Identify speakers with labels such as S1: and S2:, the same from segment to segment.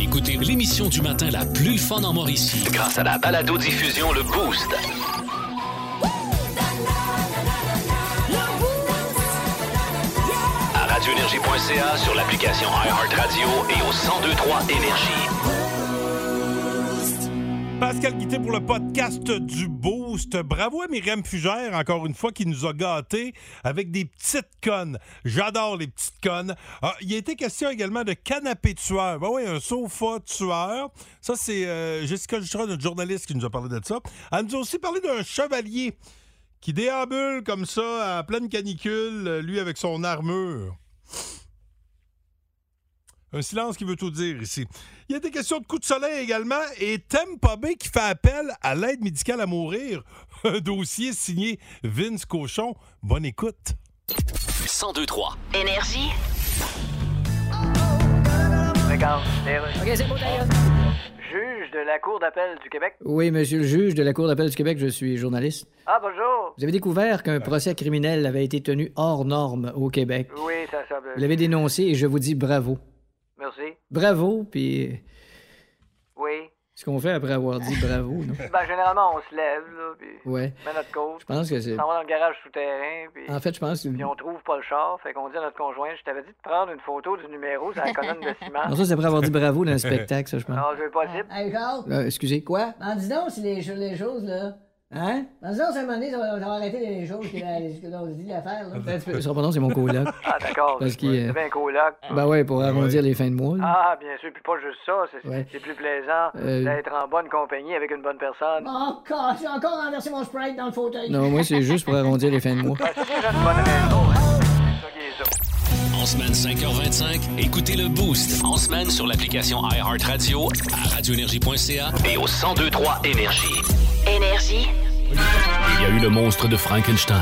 S1: Écoutez l'émission du matin la plus fun en Mauricie.
S2: Grâce à la balado-diffusion Le Boost. À radioénergie.ca, sur l'application iHeartRadio et au 1023 Énergie.
S3: Pascal Guité pour le podcast du Boost. Bravo à Myriam Fugère, encore une fois, qui nous a gâtés avec des petites connes. J'adore les petites connes. Ah, il a été question également de canapé tueur. Ben oui, un sofa tueur. Ça, c'est euh, Jessica Jutra, notre journaliste, qui nous a parlé de ça. Elle nous a aussi parlé d'un chevalier qui déambule comme ça à pleine canicule, lui avec son armure. Un silence qui veut tout dire ici. Il y a des questions de coups de soleil également et Tempa Bay qui fait appel à l'aide médicale à mourir. Un dossier signé Vince Cochon. Bonne écoute.
S1: 1023
S4: Énergie.
S5: Regarde,
S6: OK, c'est bon, d'ailleurs.
S5: Juge de la Cour d'appel du Québec.
S6: Oui, monsieur le juge de la Cour d'appel du Québec, je suis journaliste.
S5: Ah, bonjour.
S6: Vous avez découvert qu'un procès criminel avait été tenu hors norme au Québec.
S5: Oui, ça semble.
S6: Vous l'avez dénoncé et je vous dis bravo.
S5: Merci.
S6: Bravo, puis
S5: Oui.
S6: ce qu'on fait après avoir dit bravo, non?
S5: Ben, généralement, on se lève, là, puis
S6: Ouais.
S5: on met notre cause.
S6: Je pense que c'est...
S5: On s'en va dans le garage souterrain, puis,
S6: En fait, je pense que...
S5: puis on trouve pas le char. Fait qu'on dit à notre conjoint Je t'avais dit de prendre une photo du numéro sur la colonne de ciment.
S6: Non, ça, c'est après avoir dit bravo dans le spectacle, ça, je pense.
S5: Non, je veux pas dire.
S7: Hey Charles,
S6: Euh, excusez, quoi?
S7: ben dis donc si les, cho- les choses là.
S6: Hein?
S7: Ben dis donc si à un moment donné, ça va, ça va arrêter les choses que la- que l'on se dit à faire là.
S6: Attends un petit peu. Son prénom, Ben, c'est mon coloc.
S5: Ah, d'accord.
S6: Parce qu'il,
S5: Ouais,
S6: euh,
S5: C'est bien coloc.
S6: Ben ouais, pour arrondir les fins de mois. là.
S5: Ah, bien sûr, puis pas juste ça. C'est
S6: Ouais.
S5: c'est plus plaisant
S6: Euh,
S5: d'être en bonne compagnie avec une bonne personne.
S7: Encore, j'ai encore renversé mon sprite dans le fauteuil.
S6: Non, moi, c'est juste pour arrondir les fins de mois.
S5: Ben, c'est déjà une bonne raison. hein. C'est ça qui est ça.
S1: En semaine 5h25, écoutez le Boost.
S2: En semaine, sur l'application iHeartRadio,
S1: À radioénergie.ca,
S2: et au 1023 Énergie.
S4: Énergie.
S1: il y a eu le monstre de Frankenstein,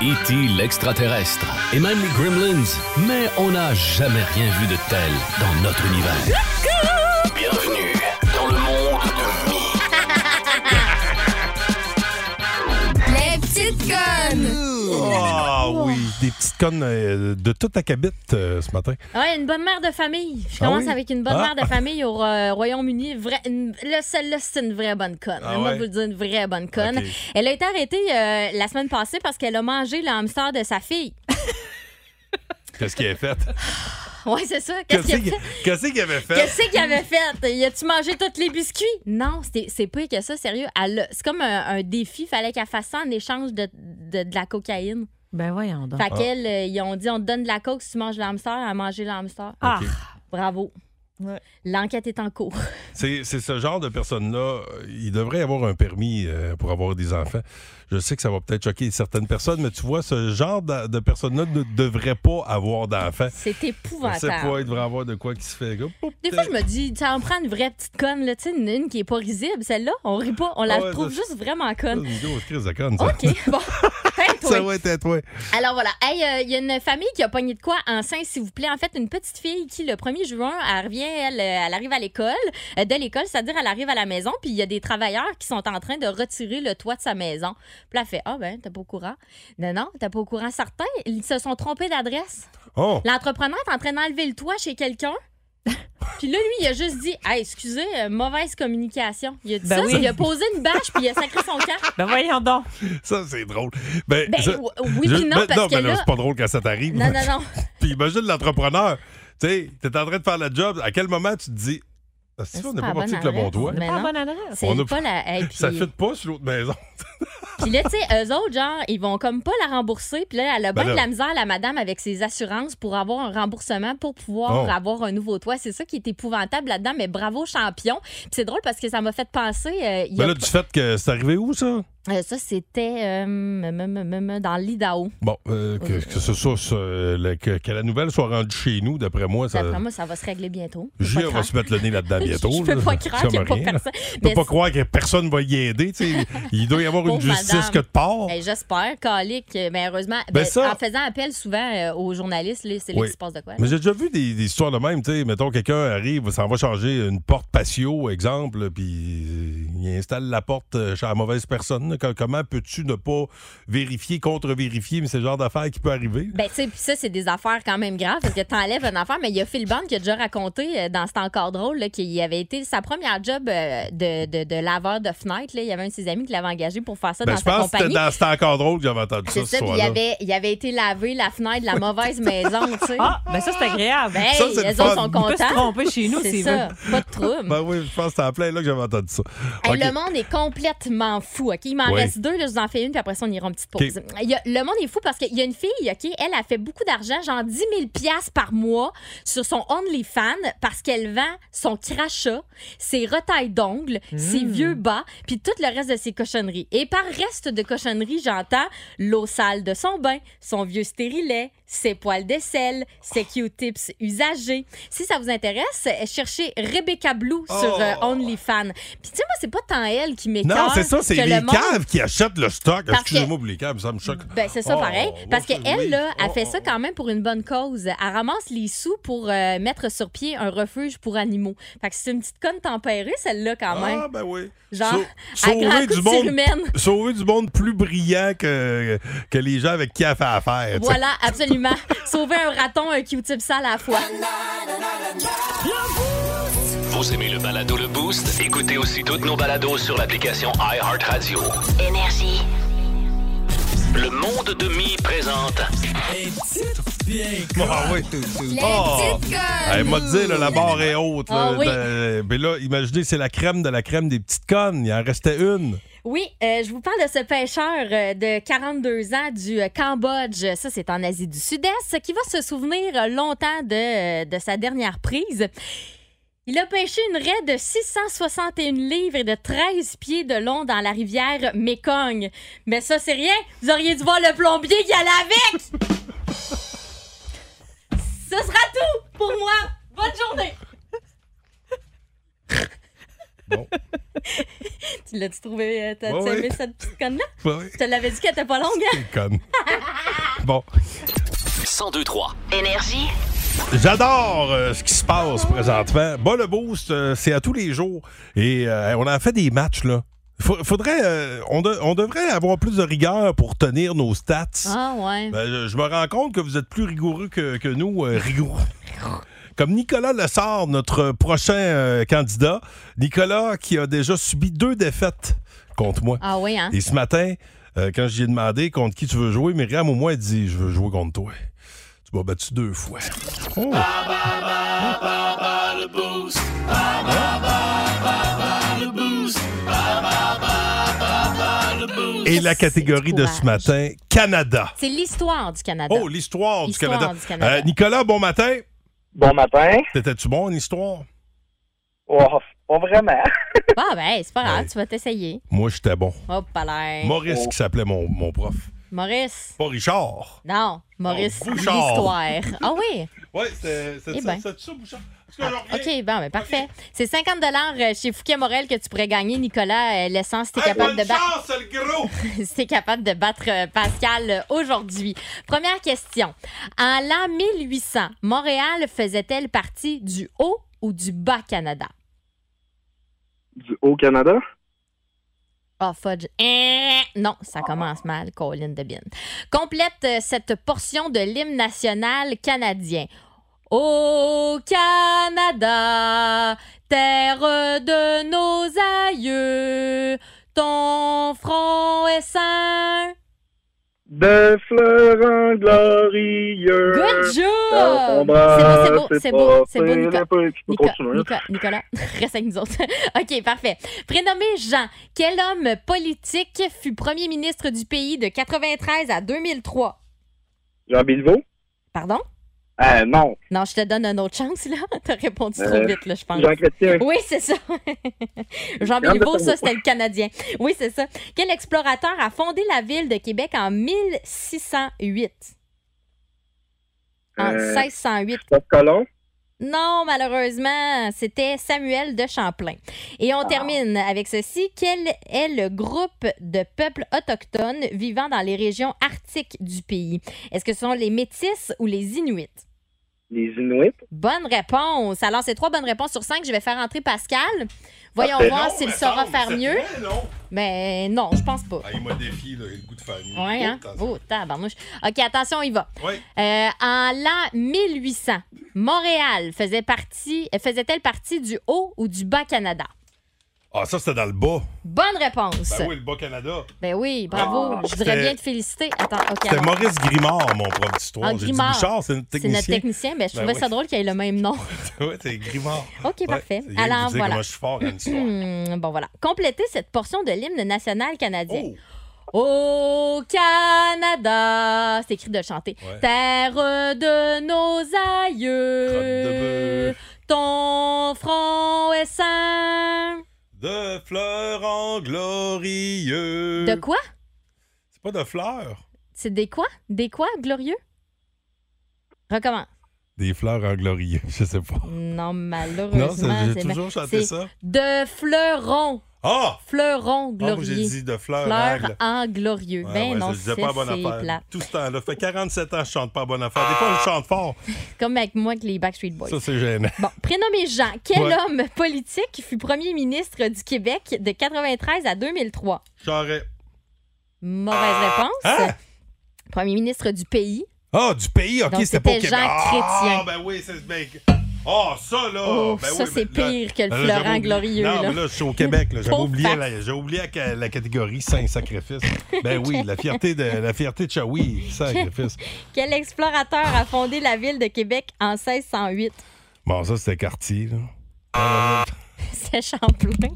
S1: E.T. l'extraterrestre et même les Gremlins. Mais on n'a jamais rien vu de tel dans notre univers.
S2: Bienvenue dans le monde de Mi.
S8: Les petites connes!
S3: Ah oui, des petites connes euh, de toute la cabite euh, ce matin.
S8: Ouais, une bonne mère de famille. Je
S3: Ah
S8: commence
S3: oui?
S8: avec une bonne
S3: Ah.
S8: mère de famille au euh, Royaume-Uni. Vrai, une- là, celle-là, c'est une vraie bonne conne.
S3: Ah
S8: Moi,
S3: ouais?
S8: vous le dire, une vraie bonne conne.
S3: Ok.
S8: Elle a été arrêtée euh, la semaine passée parce qu'elle a mangé le hamster de sa fille.
S3: Qu'est-ce qu'il avait fait?
S8: ouais, c'est ça. Qu'est-ce
S3: Qu'est-ce
S8: qu'elle
S3: qu'il qu'est-ce qu'il avait fait?
S8: Qu'est-ce qu'il avait fait? Y a-tu mangé tous les biscuits? Non, c'est- c'est pas que ça, sérieux. Elle a- C'est comme un, un défi. Fallait qu'elle fasse ça en échange de, de, de la cocaïne.
S9: Ben voyons donc.
S8: Fait
S3: Ah.
S8: qu'elle, euh, ils ont dit on te donne de la coke si tu manges le hamster. Elle a mangé le hamster.
S9: Ah,
S8: Bravo.
S9: Ouais.
S8: L'enquête est en cours.
S3: C'est, c'est ce genre de personne-là. euh, Il devrait avoir un permis euh, pour avoir des enfants. Je sais que ça va peut-être choquer certaines personnes, mais tu vois, ce genre de, de personne-là ne devrait pas avoir d'enfants.
S8: C'est
S3: Je sais
S8: épouvantable.
S3: pas, il devrait avoir de quoi qui se fait. Comme, poup,
S8: Des fois, je me dis, ça en prend une vraie petite conne, là, tu sais, une, une qui est pas risible. Celle-là, on rit pas. On la
S3: Ah ouais,
S8: trouve
S3: ça,
S8: juste vraiment
S3: ça,
S8: conne.
S3: c'est une grosse crise de conne, ça.
S8: OK, bon. Hey, toi.
S3: Ça va être à toi.
S8: Alors voilà, Hey, euh, il y a une famille qui a pogné de quoi enceinte, s'il vous plaît. En fait, une petite fille qui, le 1er juin, elle revient, elle, euh, elle arrive à l'école, euh, de l'école, c'est-à-dire elle arrive à la maison, puis il y a des travailleurs qui sont en train de retirer le toit de sa maison. Puis là, elle fait, ah ben, t'es pas au courant. Non, non, t'es pas au courant, certains, ils se sont trompés d'adresse.
S3: Oh,
S8: L'entrepreneur est en train d'enlever le toit chez quelqu'un. puis là, lui, il a juste dit Hey, excusez, euh, mauvaise communication. Il a dit
S9: Ben
S8: ça,
S9: oui.
S8: ça, il a posé une bâche, puis il a sacré son camp.
S9: Ben voyons donc.
S3: ça, c'est drôle. Ben,
S8: Ben,
S3: ça-
S8: ou- oui,
S3: je-
S8: puis non,
S3: ben,
S8: parce que
S3: ben là,
S8: là.
S3: c'est pas drôle quand ça t'arrive.
S8: Non, non, non.
S3: Puis imagine l'entrepreneur. Tu sais, t'es en train de faire la job. À quel moment tu te dis, Ah, si
S8: C'est
S3: on n'est pas
S8: pas la
S3: parti
S8: bonne
S3: avec le bon
S8: adresse.
S3: toit.
S8: Mais
S9: Pas
S8: non.
S9: Ah, bonne adresse.
S8: C'est
S3: On a-
S8: pas la. hey, puis,
S3: Ça ne fit pas sur l'autre maison.
S8: puis là, tu sais, eux autres, genre, ils vont comme pas la rembourser. Puis là, elle a
S3: Ben
S8: bien de
S3: là.
S8: la misère, la madame, avec ses assurances pour avoir un remboursement pour pouvoir
S3: Oh.
S8: avoir un nouveau toit. C'est ça qui est épouvantable là-dedans, mais bravo, champion. Puis c'est drôle parce que ça m'a fait penser. euh, il y
S3: Ben
S8: a
S3: là, du fait que c'est arrivé où, ça?
S8: Euh, ça, c'était euh, mm, mm, mm, dans l'Idaho.
S3: Bon, euh, que, que ce soit ça, euh, le- que, que la nouvelle soit rendue chez nous, d'après moi, ça.
S8: D'après moi, ça va se régler bientôt. Je
S3: J,
S8: peux pas
S3: on va
S8: croire.
S3: se mettre le nez là-dedans bientôt.
S8: Je peux
S3: là.
S8: pas croire
S3: Ça
S8: qu'il n'y a
S3: me
S8: pas
S3: rien.
S8: personne.
S3: Je peux
S8: Mais
S3: pas croire que personne va y aider. tu sais. Il doit y avoir une
S8: Pauvre
S3: justice
S8: madame.
S3: que de part.
S8: Ben, J'espère, Calique. Mais heureusement,
S3: Ben,
S8: ben,
S3: ça-
S8: en faisant appel souvent euh, aux journalistes, là, c'est là
S3: Oui.
S8: qu'il se passe de quoi. là.
S3: Mais j'ai déjà vu des, des histoires de même, tu sais, mettons quelqu'un arrive, s'en va changer une porte patio, exemple, puis euh, il installe la porte euh, chez la mauvaise personne. là. Co- Comment peux-tu ne pas vérifier, contre-vérifier, mais c'est le genre d'affaire qui peut arriver?
S8: Ben, tu sais, puis ça, c'est des affaires quand même graves parce que t'enlèves une affaire, mais il y a Phil Bond qui a déjà raconté euh, dans cet encore drôle là, qu'il avait été sa première job euh, de, de, de laveur de fenêtre. Là. Il y avait un de ses amis qui l'avait engagé pour faire ça
S3: Ben,
S8: dans
S3: je
S8: sa
S3: pense que c'était
S8: compagnie.
S3: dans C'était encore drôle que j'avais entendu ça
S8: C'est
S3: ce
S8: ça, puis il
S3: soir-là.
S8: avait, il avait été lavé la fenêtre de la mauvaise maison, tu sais.
S9: Ah, ben ça, c'est agréable.
S8: Ben,
S3: Ça, c'est le
S8: les
S3: fun.
S8: autres sont
S9: On peut se
S8: contents.
S9: tromper chez nous
S8: C'est
S9: s'il
S8: ça,
S9: veut.
S8: pas de trouble.
S3: Ben oui, je pense que c'était en plein là que j'avais entendu ça.
S8: Hey,
S3: OK.
S8: Le monde est complètement fou. ok? Il m'en
S3: Oui.
S8: reste deux, là, je vous en fais une, puis après ça, on ira en petite pause.
S3: OK.
S8: Il y a- le monde est fou parce qu'il y a une fille, ok, elle a fait beaucoup d'argent, genre 10 000 piastres par mois sur son OnlyFans parce qu'elle vend son crachat, ses retailles d'ongles, ses
S3: Hmm.
S8: vieux bas, puis tout le reste de ses cochonneries. Et par reste de cochonneries, j'entends l'eau sale de son bain, son vieux stérilet, ses poils d'aisselle, ses Q-tips usagés. Si ça vous intéresse, cherchez Rebecca Blue sur euh,
S3: Oh.
S8: OnlyFans. Puis tu sais, moi, c'est pas tant elle qui m'écoeure
S3: Non, c'est ça, c'est
S8: que
S3: les
S8: le monde-
S3: caves qui achètent le stock.
S8: Parce
S3: Excusez-moi pour les caves, ça me choque.
S8: Ben, c'est ça
S3: Oh,
S8: pareil. Parce
S3: bon,
S8: que
S3: oui.
S8: elle, là, a
S3: Oh,
S8: fait
S3: oh,
S8: ça quand même pour une bonne cause. Elle ramasse les sous pour euh, mettre sur pied un refuge pour animaux. Fait que c'est une petite conne tempérée, celle-là, quand même.
S3: Ah, ben oui.
S8: Genre,
S3: Sau-
S8: à grands
S3: sauver,
S8: coups
S3: du
S8: de
S3: monde,
S8: surhumaine.
S3: sauver du monde plus brillant que, que les gens avec qui elle fait affaire. tu sais.
S8: Voilà, absolument. Sauver un raton, un Q-tip sale à la fois.
S2: Vous aimez le balado Le Boost? Écoutez aussi toutes nos balados sur l'application iHeartRadio.
S4: Énergie.
S2: Le monde de Mi présente
S3: Ah oui. Ah. Elle m'a dit, là, la barre est haute. là.
S8: Ah oui.
S3: Euh, Mais là, imaginez, c'est la crème de la crème des petites connes. Il en restait une.
S8: Oui, euh, je vous parle de ce pêcheur euh, de 42 ans du euh, Cambodge, ça c'est en Asie du Sud-Est, qui va se souvenir euh, longtemps de, euh, de sa dernière prise. Il a pêché une raie de 661 livres et de 13 pieds de long dans la rivière Mekong. Mais ça, c'est rien. Vous auriez dû voir le plombier qui allait avec. Ce sera tout pour moi. Bonne journée.
S3: Bon.
S8: Tu l'as-tu trouvé? euh, T'as-tu
S3: Ouais, ouais.
S8: aimé cette petite conne-là?
S3: Oui,
S8: Je te l'avais dit qu'elle était pas longue, hein?
S3: conne. Bon.
S2: 1023.
S4: Énergie.
S3: J'adore euh, ce qui se passe présentement. Bon, le boost, euh, c'est à tous les jours. Et euh, on a fait des matchs, là. Faut- Faudrait, euh, on, de- on devrait avoir plus de rigueur pour tenir nos stats.
S8: Ah ouais.
S3: Ben, je, je me rends compte que vous êtes plus rigoureux que, que nous, euh, rigoureux. Comme Nicolas Lessard, notre prochain euh, candidat. Nicolas qui a déjà subi deux défaites contre moi.
S8: Ah ouais, hein?
S3: Et ce matin, euh, quand j'ai demandé contre qui tu veux jouer, Myriam au moins a dit Je veux jouer contre toi. Tu m'as battu deux fois. Oh. Et la catégorie de ce
S8: courage.
S3: matin, Canada.
S8: C'est l'histoire du Canada.
S3: Oh, l'histoire du
S8: Histoire
S3: Canada.
S8: du Canada.
S3: Euh, Nicolas, bon matin.
S10: Bon matin.
S3: T'étais-tu bon en histoire?
S10: Oh, pas vraiment.
S8: Ah ben, c'est pas grave,
S3: Ouais.
S8: tu vas t'essayer.
S3: Moi, j'étais bon.
S8: Hop là.
S3: Maurice
S10: oh.
S3: qui s'appelait mon, mon prof.
S8: Maurice.
S3: Pas Richard.
S8: Non, Maurice,
S3: Oh, Bouchard.
S8: l'histoire. Ah oui.
S3: Oui, c'était c'était
S8: Eh
S3: ça,
S8: ben. Ah,
S3: c'était ça, Bouchard. Est-ce que je reviens?
S8: OK, bon, ben parfait. C'est 50 euh, chez Fouquet Morel que tu pourrais gagner, Nicolas. euh, L'essence, si t'es
S3: Hey,
S8: capable
S3: bonne
S8: de battre.
S3: chance, le gros!
S8: si t'es capable de battre euh, Pascal euh, aujourd'hui. Première question. En l'an 1800, Montréal faisait-elle partie du haut ou du bas Canada?
S10: Du Haut-Canada?
S8: Ah, fudge. Eh, Non,
S10: Ah.
S8: ça commence mal, Colin Debine. Complète euh, cette portion de l'hymne national canadien. Au Canada, terre de nos aïeux, ton front est saint.
S10: De fleurs glorieux.
S8: Good
S10: Quand on
S8: job!
S10: brasse,
S8: C'est beau, c'est beau, c'est beau, c'est beau,
S10: passé
S8: Nicolas.
S10: la police. Tu peux
S8: Nicolas,
S10: continuer.
S8: Nicolas, Nicolas, reste avec nous autres. OK, parfait. Prénommé Jean, quel homme politique fut premier ministre du pays de 93 à 2003?
S10: Jean Bilvaux,
S8: Pardon?
S10: Euh, non.
S8: Non, je te donne une autre chance, là. T'as répondu trop
S10: Euh,
S8: vite, là, je pense.
S10: Jean Chrétien.
S8: Oui, c'est ça. Jean
S10: Grande
S8: Béliveau, ça,
S10: Pernoud.
S8: c'était le Canadien. Oui, c'est ça. Quel explorateur a fondé la ville de Québec en 1608? En
S10: Euh,
S8: 1608.
S10: Christophe Colomb.
S8: Non, malheureusement, c'était Samuel de Champlain. Et
S9: Ah.
S8: on termine avec ceci. Quel est le groupe de peuples autochtones vivant dans les régions arctiques du pays? Est-ce que ce sont les Métis ou les Inuits?
S10: Les Inuits.
S8: Bonne réponse. Alors, c'est trois bonnes réponses sur cinq. Je vais faire entrer Pascal. Voyons
S9: Parfait.
S8: voir
S9: Ah, ben Non,
S8: s'il
S9: mais
S8: saura
S9: non,
S8: faire
S9: c'est
S8: mieux.
S9: vrai, non?
S8: Mais non, je pense pas.
S9: Ah, il m'a défié, là, il a le goût de faire mieux.
S8: Ouais, hein?
S9: Oh, t'as-
S8: Oh, tabarnouche. OK, attention, on y va.
S9: Ouais.
S8: Euh, en l'an 1800, Montréal faisait partie, euh, faisait-elle partie du Haut ou du Bas-Canada?
S3: Ah, ça, c'était dans le bas.
S8: Bonne réponse.
S3: Ben oui, le Bas-Canada.
S8: Ben oui, bravo.
S3: Ah.
S8: je voudrais
S3: C'était-
S8: bien te féliciter. Attends, OK.
S3: C'était
S8: alors-
S3: Maurice Grimard, mon prof d'histoire.
S8: Ah,
S3: J'ai dit
S8: Grimard.
S3: Bouchard, c'est notre
S8: C'est
S3: technicien.
S8: notre technicien, mais je
S3: Ben
S8: trouvais
S3: oui.
S8: ça drôle qu'il ait le même nom.
S3: oui, c'est Grimard.
S8: OK,
S3: Ouais,
S8: parfait.
S3: c'est bien de
S8: Alors,
S3: vous dire
S8: voilà. Hmm.
S3: comment je suis fort en histoire.
S8: bon, voilà. Complétez cette portion de l'hymne national
S3: Oh!
S8: canadien. Au Canada, c'est écrit de le chanter.
S9: Ouais.
S8: Terre de nos aïeux, ton front est saint.
S3: De fleurs en glorieux.
S8: De quoi?
S3: C'est pas de fleurs.
S8: C'est des quoi? Des quoi, glorieux? Recommence.
S3: Des fleurs en glorieux, je sais pas. Non,
S8: Non, malheureusement.
S3: ça, j'ai
S8: c'est-
S3: toujours chanté
S8: c'est
S3: ça.
S8: De fleurons.
S3: Ah!
S8: Fleurons
S3: Ah, moi, j'ai
S8: glorieux.
S3: dit de fleurs
S8: Fleurs
S3: angles.
S8: en glorieux.
S3: Ouais,
S8: ben
S3: ouais,
S8: non,
S3: je disais
S8: c'est
S3: pas la bonne affaire.
S8: c'est plat.
S3: Tout ce temps-là. Fait 47 ans, je chante pas la bonne affaire. Des fois, je chante fort.
S8: Comme avec moi avec les Backstreet Boys.
S3: Ça, c'est gênant.
S8: Bon, prénommé Jean, quel
S3: Ouais.
S8: homme politique qui fut premier ministre du Québec de 93 à 2003?
S3: J'aurais.
S8: Mauvaise réponse.
S3: Hein?
S8: Premier ministre du pays.
S3: Ah, du pays, ok,
S8: Donc,
S3: c'était pas au
S8: c'était
S3: Québec.
S8: Jean Chrétien.
S3: Ah, ben oui, c'est. ben, Ah, ça, là!
S8: Oh,
S3: ben
S8: ça,
S3: oui,
S8: c'est
S3: ben, là-
S8: pire que le
S3: là,
S8: Florent
S3: j'avais oublié-
S8: Glorieux,
S3: Non,
S8: là.
S3: mais là, je suis au Québec, là. J'avais
S8: Pauvre
S3: oublié,
S8: fax.
S3: la, j'ai oublié la, la catégorie Saint-Sacrifice. Ben oui, la fierté de, la fierté de Chaoui, Sacrifice.
S8: Quel explorateur a fondé la ville de Québec en 1608?
S3: Bon, ça, c'était Cartier, là.
S8: C'est Champlain.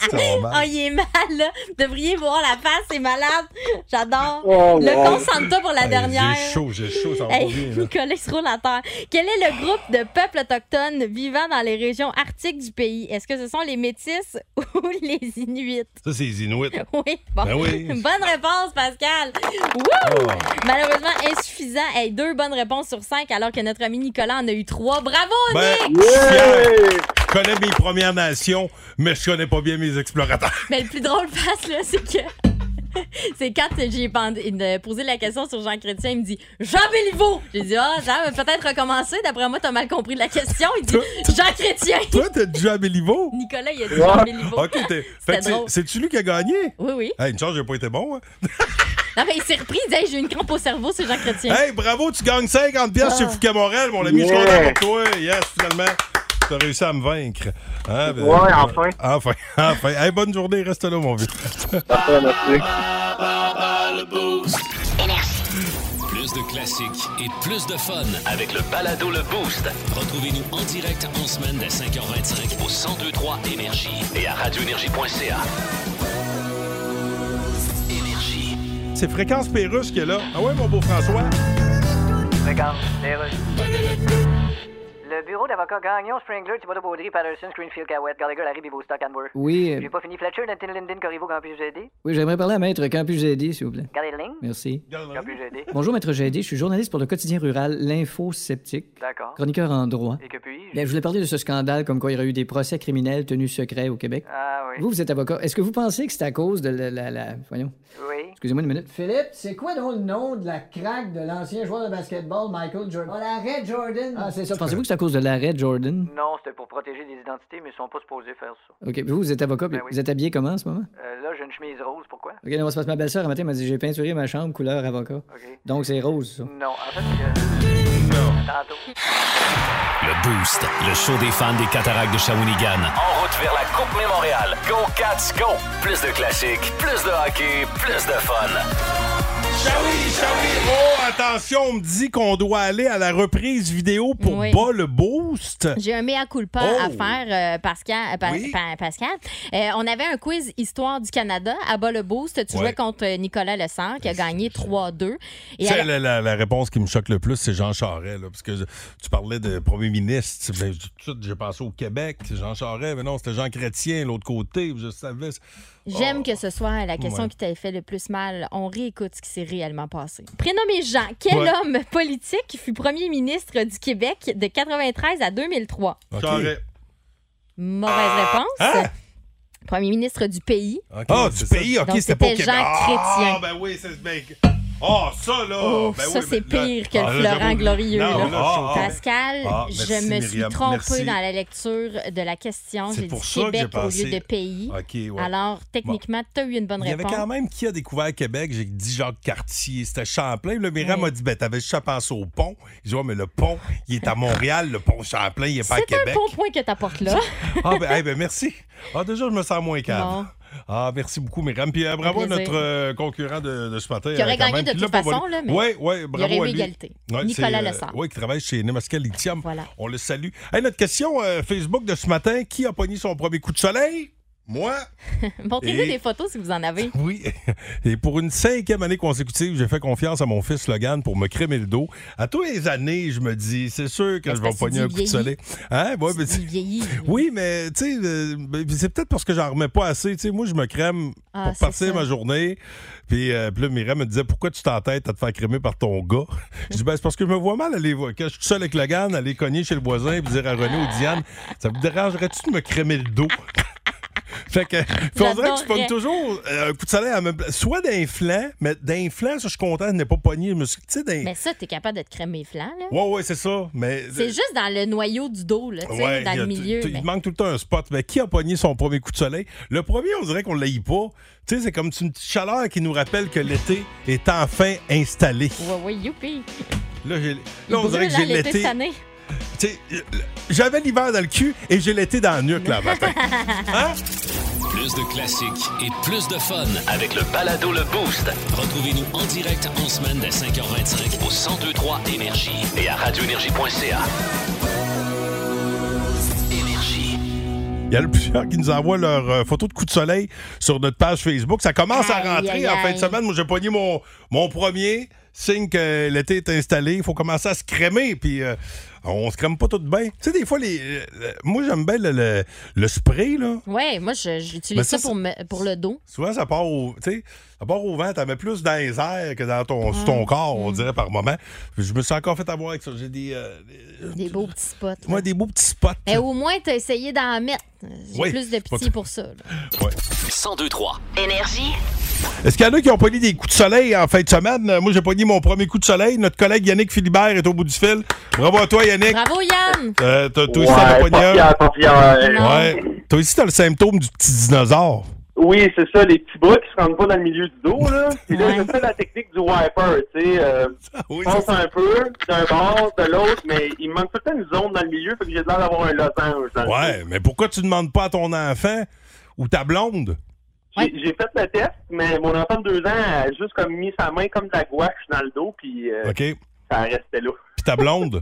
S3: C'est normal.
S8: oh, il est mal, là. Devriez voir la face, c'est malade. J'adore.
S3: Oh,
S8: le
S3: wow.
S8: concentre-toi pour la
S3: Hey,
S8: dernière.
S3: J'ai chaud, j'ai chaud, ça va pas
S8: Hey,
S3: bien, là.
S8: Nicolas il se roule à terre. Quel est le groupe de peuples autochtones vivant dans les régions arctiques du pays? Est-ce que ce sont les Métis ou les Inuits?
S3: Ça, c'est les Inuits.
S8: Oui, bon.
S3: Ben oui.
S8: Bonne réponse, Pascal. Wouh!
S3: Oh.
S8: Malheureusement, insuffisant. Hey, deux bonnes réponses sur cinq, alors que notre ami Nicolas en a eu trois. Bravo,
S3: Ben,
S8: Nick!
S3: fier. Je connais mes Premières Nations, mais je connais pas bien mes explorateurs.
S8: Mais le plus drôle, face, là, c'est que. C'est quand j'ai pen- euh, posé la question sur Jean Chrétien, il me dit Jean Béliveau! J'ai dit Ah, Jean, va peut-être recommencer. D'après moi, t'as mal compris la question. Il dit Jean Chrétien!
S3: Toi, t'as du Jean Béliveau?
S8: Nicolas, il a dit Jean Béliveau.
S3: Ok, t'es- fait que c'est-
S8: drôle.
S3: c'est-tu lui qui a gagné?
S8: Oui, oui.
S3: Hey, une chance, j'ai pas été bon. hein.
S8: Non, mais il s'est repris. Il dit Hey, J'ai une crampe au cerveau, c'est Jean Chrétien.
S3: Hey, bravo, tu gagnes 50 pièces
S8: Ah.
S3: chez Fouquet Morel, mon ami. Je suis
S8: Yeah.
S3: content pour toi. Yes, finalement, t'as réussi à me vaincre. Hein, ben,
S9: Ouais,
S3: euh,
S9: enfin.
S3: Enfin, enfin. Hey, bonne journée, reste là, mon vieux.
S2: Plus de classiques et plus de fun avec le balado Le Boost. Retrouvez-nous en direct en semaine dès 5h25 au 1023 Énergie et à radioénergie.ca.
S3: C'est Fréquence Pérusse qui est là. Ah ouais, mon beau François?
S5: Regarde, les Russes. Le bureau d'avocat Gagnon, Springler, Thibodeau, Baudry, Patterson, Greenfield, Cowett, Gallagher, Larry, Bibo, Stock, Anwer.
S6: Oui, euh,
S5: J'ai pas fini. Fletcher, Denton, Linden, Corriveau, quand puis-je aider?
S6: oui j'aimerais parler à Maître Campus GD, s'il vous plaît.
S5: Gardez le ligne.
S6: Merci.
S5: Quand puis-je aider?
S6: Bonjour, Maître GD. Je suis journaliste pour le quotidien rural L'Info Sceptique,
S5: D'accord.
S6: chroniqueur en droit.
S5: Et que puis-je?
S6: Bien, je voulais parler de ce scandale comme quoi il y aurait eu des procès criminels tenus secrets au Québec.
S5: Ah oui.
S6: Vous, vous êtes avocat. Est-ce que vous pensez que c'est à cause de la. la- la- Voyons.
S5: Oui.
S6: Excusez-moi une minute.
S7: Philippe, c'est quoi donc le nom de la craque de l'ancien joueur de basketball Michael Jordan? Oh, l'arrêt Jordan! Ah, c'est ça.
S6: Pensez-vous que c'est à cause de l'arrêt de Jordan?
S5: Non, c'était pour protéger des identités, mais ils sont pas supposés faire ça.
S6: OK. Vous, vous êtes avocat. puis
S5: Ben oui.
S6: Vous êtes habillé comment en ce moment?
S5: Euh, là, j'ai une chemise rose, pourquoi?
S6: OK, on va se passer. Ma belle-sœur, un matin, m'a dit j'ai peinturé ma chambre couleur avocat. Donc, c'est rose, ça.
S5: Non, en fait, euh, tantôt.
S2: Le Boost, le show des fans des cataractes de Shawinigan. En route vers la Coupe Mémorial. Go Cats, go! Plus de classiques, plus de hockey, plus de fun.
S3: Oh, attention, on me dit qu'on doit aller à la reprise vidéo pour
S8: Oui.
S3: bas le boost.
S8: J'ai un mea culpa
S3: Oh.
S8: à faire, euh, Pascal. euh, Pa- Pa- Pascal. Euh, on avait un quiz Histoire du Canada à bas le boost. Tu
S3: Ouais.
S8: jouais contre euh, Nicolas Lessard qui a gagné 3-2. Et
S3: C'est
S8: alors-
S3: la, la- la réponse qui me choque le plus, c'est Jean Charest, là, parce que je- tu parlais de premier ministre. Ben, tout de suite, j'ai pensé au Québec, c'est Jean Charest, mais non, c'était Jean Chrétien, l'autre côté, je savais.
S8: J'aime que ce soit la question
S3: Oh! Ouais.
S8: qui t'avait fait le plus mal. On réécoute ce qui s'est réellement passé. Prénommé Jean, quel
S3: Ouais.
S8: homme politique qui fut premier ministre du Québec de 93 à 2003?
S3: Charest.
S8: Mauvaise réponse. Premier ministre du pays.
S3: Ah, du pays, Hein? ok,
S8: Donc,
S3: c'était pas au
S8: c'était
S3: Québec.
S8: Jean Chrétien.
S3: Ah, ben oui, c'est. Ben... Ah, ça, là!
S8: Oh,
S3: ben
S8: ça,
S3: oui,
S8: c'est
S3: mais là-
S8: pire que le
S3: Ah, là,
S8: Florent
S3: j'avoue.
S8: Glorieux.
S3: Non,
S8: là.
S3: là, je suis au Québec.
S8: Pascal,
S3: Ah,
S8: je
S3: merci,
S8: me suis
S3: Myriam,
S8: trompée
S3: merci.
S8: dans la lecture de la question.
S3: C'est
S8: J'ai dit
S3: pour ça que
S8: Québec
S3: j'ai
S8: au
S3: pensé-
S8: lieu de pays.
S3: ah. Ok, ouais.
S8: Alors, techniquement, tu as eu une bonne
S3: Il y avait
S8: réponse.
S3: quand même qui a découvert Québec. J'ai dit Jacques Cartier, c'était Champlain. Le Myriam
S8: Ouais.
S3: m'a dit ben, T'avais juste à penser au pont. J'ai dit Ouais, mais le pont, il est à Montréal, le pont Champlain, il n'est pas à
S8: C'est un
S3: Québec.
S8: bon point que tu apportes là.
S3: Ah, ben, hey, ben, merci. Ah, déjà, je me sens moins calme.
S8: Bon.
S3: Ah, merci beaucoup, Myriam. Puis euh, bravo à
S8: plaisir.
S3: notre euh, concurrent de, de ce matin. euh,
S8: Qui aurait gagné de toute façon, là, mais
S3: Oui,
S8: il
S3: oui, bravo.
S8: aurait eu
S3: à lui.
S8: égalité. Nicolas Lessard.
S3: Oui, euh, qui travaille chez Nemascal Lithium. On le salue. Hey, notre question euh, Facebook de ce matin qui a pogné son premier coup de soleil Moi.
S8: Montrez-nous
S3: Et-
S8: des photos si vous en avez.
S3: Oui. Et pour une cinquième année consécutive, j'ai fait confiance à mon fils Logan pour me crémer le dos. À tous les années, je me dis, c'est sûr que
S8: Ben,
S3: je
S8: c'est
S3: vais
S8: parce que
S3: pogner
S8: tu
S3: un coup de
S8: vieillis.
S3: soleil. Hein? Ouais, mais-
S8: vieillis.
S3: oui, mais tu sais, euh, ben, c'est peut-être parce que j'en remets pas assez. Tu sais, moi, je me crème
S8: Ah,
S3: pour
S8: c'est
S3: partir
S8: ça.
S3: ma journée. Puis, euh, puis là, Myriam me disait, pourquoi tu t'entêtes à te faire crémer par ton gars? je dis, ben, c'est parce que je me vois mal aller, voir- quand je suis tout seul avec Logan, aller cogner chez le voisin et dire à René ou Diane, ça vous dérangerait-tu de me crémer le dos? Fait que, puis on dirait que tu pognes
S11: J'adorerais.
S3: toujours euh, un coup de soleil à la même place. Soit d'un flanc, mais d'un flanc, ça, je suis content, je n'ai pas pogné. Je me suis- Tu sais, d'un.
S8: Mais ça, t'es capable de te crémer les flancs, là.
S3: Ouais, ouais, c'est ça. Mais. euh,
S8: C'est juste dans le noyau du dos, là, tu sais,
S3: Ouais,
S8: dans
S3: il y a
S8: le
S3: tout-
S8: milieu. ben.
S3: tout-
S8: mais-
S3: Il manque tout le temps un spot. Mais qui a pogné son premier coup de soleil? Le premier, on dirait qu'on ne l'aille pas. Tu sais, c'est comme une petite chaleur qui nous rappelle que l'été est enfin installé.
S8: Ouais, ouais, youpi.
S3: Là, j'ai- là,
S8: Il
S3: on dirait
S8: brûle,
S3: que
S8: hein,
S3: j'ai
S8: l'été
S3: l'été.
S8: cette année.
S3: Tu sais, euh, J'avais l'hiver dans le cul et j'ai l'été dans le nuque, là, matin.
S2: Plus de classiques et plus de fun avec le balado Le Boost. Retrouvez-nous en direct en semaine dès 5h25 au 1023 Énergie et à radioénergie.ca.
S3: Il y en a plusieurs qui nous envoient leurs euh, photos de coups de soleil sur notre page Facebook. Ça commence à rentrer
S11: aïe,
S3: en fin
S11: aïe.
S3: de semaine. Moi, j'ai pogné mon, mon premier signe que l'été est installé. Il faut commencer à se crémer. Puis euh, on se crème pas tout de bien. Tu sais, des fois, les, euh, euh, moi, j'aime bien le, le- le spray. Là.
S8: Ouais, moi, je- j'utilise
S3: Mais
S8: ça,
S3: Ben ça,
S8: pour, me- pour le dos.
S3: Souvent, ça part au, tu sais, ça part au vent. T'en mets plus dans les airs que dans ton, sur
S11: Mm.
S3: ton corps, on dirait, par moment. Je me suis encore fait avoir avec ça. J'ai des, euh,
S8: Des beaux petits spots. là.
S3: moi, des beaux petits spots.
S8: Mais au moins, t'as essayé d'en mettre. J'ai
S3: Oui.
S8: plus de pitié pour ça. là.
S2: 1023
S4: Énergie.
S3: Est-ce qu'il y en a qui ont pogné des coups de soleil en fin de semaine? Euh, Moi, j'ai pogné mon premier coup de soleil. Notre collègue Yannick Philibert est au bout du fil. Bravo à toi, Yannick.
S8: Bravo, Yann!
S3: Euh, t'as- toi
S10: Ouais,
S3: aussi, t'en as
S10: pas
S3: pogné un.
S10: fier, pas fier. euh, Non.
S3: Ouais. Toi aussi, t'as le symptôme du petit dinosaure.
S10: Oui, c'est ça, les petits bras qui se rendent pas dans le milieu du dos, là. Puis là, je fais la technique du wiper, tu sais. Euh, je fonce un peu, d'un bord, de l'autre, mais il me manque tout le temps une zone dans le milieu, fait que j'ai l'air d'avoir un losange. hein. dans le
S3: Ouais, mais pourquoi tu demandes pas à ton enfant ou ta blonde?
S10: J'ai j'ai fait le test, mais mon enfant de deux ans a juste comme mis sa main comme de la gouache dans le dos, puis euh,
S3: OK? Puis
S10: ça restait là.
S3: ta blonde?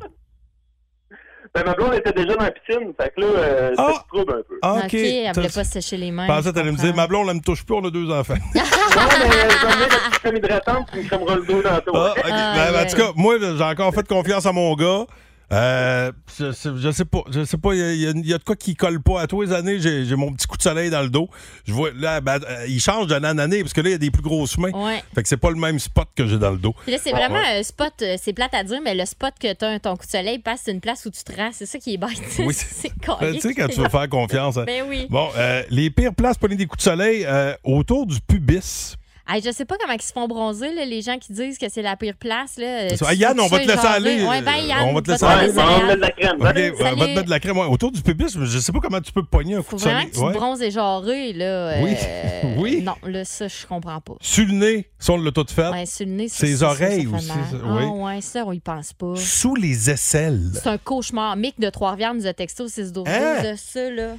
S10: Ben, ma blonde était déjà dans la piscine, fait que là, euh, ça
S3: Ah!
S10: se trouble un peu.
S3: OK.
S8: OK, elle voulait
S3: T'as-
S8: pas se sécher les mains.
S3: Je pensais que t'allais me dire, ma blonde, elle me touche plus, on a deux enfants.
S10: Non, mais je vais mettre la petite crème hydratante, puis une crème le dos dans
S3: Ah, ok. Ben, ben, en tout cas, moi, là, j'ai encore fait confiance à mon gars. Euh, je, sais- je sais pas, je sais pas, il y a- il y, a- il y a de quoi qui colle pas. À tous les années, j'ai j'ai mon petit coup de soleil dans le dos. Je vois, là, ben, euh, il change d'année en année parce que là, il y a des plus grosses mains.
S8: Ouais.
S3: Fait que c'est pas le même spot que j'ai dans le dos.
S8: Puis là, c'est vraiment un spot, euh, c'est plate à dire, mais le spot que t'as, ton coup de soleil, passe c'est une place où tu te rends. C'est ça qui est bête.
S3: Oui,
S8: c'est
S3: Ben,
S8: carré.
S3: tu sais, quand tu veux faire confiance. hein.
S8: Ben oui.
S3: Bon, euh, les pires places pour les des coups de soleil euh, autour du pubis.
S8: Hey, je sais pas comment ils se font bronzer, là, les gens qui disent que c'est la pire place. Là.
S3: Ça,
S8: Tu-
S3: hey, Yann,
S8: tu
S3: on va
S8: sais,
S3: te laisser
S8: genre,
S3: aller.
S8: Ouais, ben, Yann,
S3: on va te laisser
S8: parler,
S10: euh,
S3: aller.
S8: c'est Yann.
S3: Ok, ouais, on va te
S8: Salut.
S3: mettre de la crème. ouais. Autour du pubis, je sais pas comment tu peux pogner un coup
S8: Faut
S3: de
S8: vraiment
S3: soleil.
S8: que tu te
S3: Ouais.
S8: bronzes et genré, là. euh,
S3: Oui. Oui.
S8: Non, là, ça, je comprends pas.
S3: Sur le nez, sur le taux de fête.
S8: Ouais, sur le nez, ça,
S3: Ses
S8: ça, ça,
S3: oreilles
S8: ça fait
S3: aussi,
S8: mal.
S3: ça,
S8: Ah,
S3: oui.
S8: ouais, ça, on y pense pas.
S3: Sous les aisselles.
S8: C'est un cauchemar. Mick de Trois-Rivières nous a texté au 6 12
S3: Hein?
S8: de ça, là.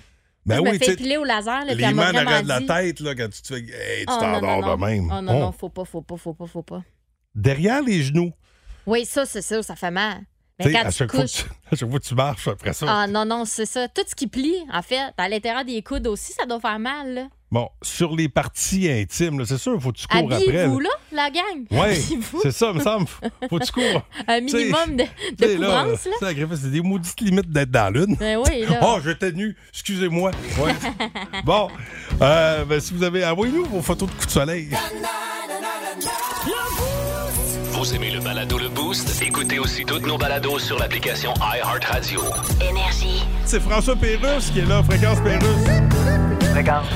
S3: Ben
S8: je me
S3: oui, tu
S8: fais
S3: sais,
S8: épiler au laser, là, puis
S3: Les
S8: elle m'a
S3: mains en
S8: vraiment
S3: arrière de la
S8: dit-
S3: tête, là, quand tu te fais. Hey, tu
S8: Oh, non, non,
S3: t'endors
S8: non.
S3: de même.
S8: Oh non, non,
S3: Oh.
S8: faut pas, faut pas, faut pas, faut pas.
S3: derrière les genoux.
S8: Oui, ça, c'est ça, ça fait mal. Mais
S3: T'sais,
S8: Ben, quand
S3: à,
S8: tu
S3: chaque fois que
S8: couches.
S3: tu, à chaque fois que tu marches après ça.
S8: Ah non, non, c'est ça. Tout ce qui plie, en fait, à l'intérieur des coudes aussi, ça doit faire mal. là.
S3: Bon, sur les parties intimes, là, c'est sûr, faut que tu cours après.
S8: Habillez-vous, là, la gang.
S3: Oui,
S8: Habillez-vous.
S3: c'est ça, me semble. Faut que tu cours.
S8: Un
S3: Tu sais,
S8: minimum de,
S3: tu
S8: de
S3: sais, là,
S8: couvrance, là.
S3: c'est agréable, C'est des maudites limites d'être dans la l'une.
S8: Ben oui, là.
S3: Oh, j'étais nu. Excusez-moi. Ouais. bon, euh, ben, si vous avez. Envoyez-nous vos photos de coups de soleil.
S2: Vous aimez le balado Le Boost? Écoutez aussi toutes nos balados sur l'application iHeartRadio.
S4: Énergie.
S3: C'est François Pérusse qui est là, Fréquence Pérusse. Euh,
S5: Fréquence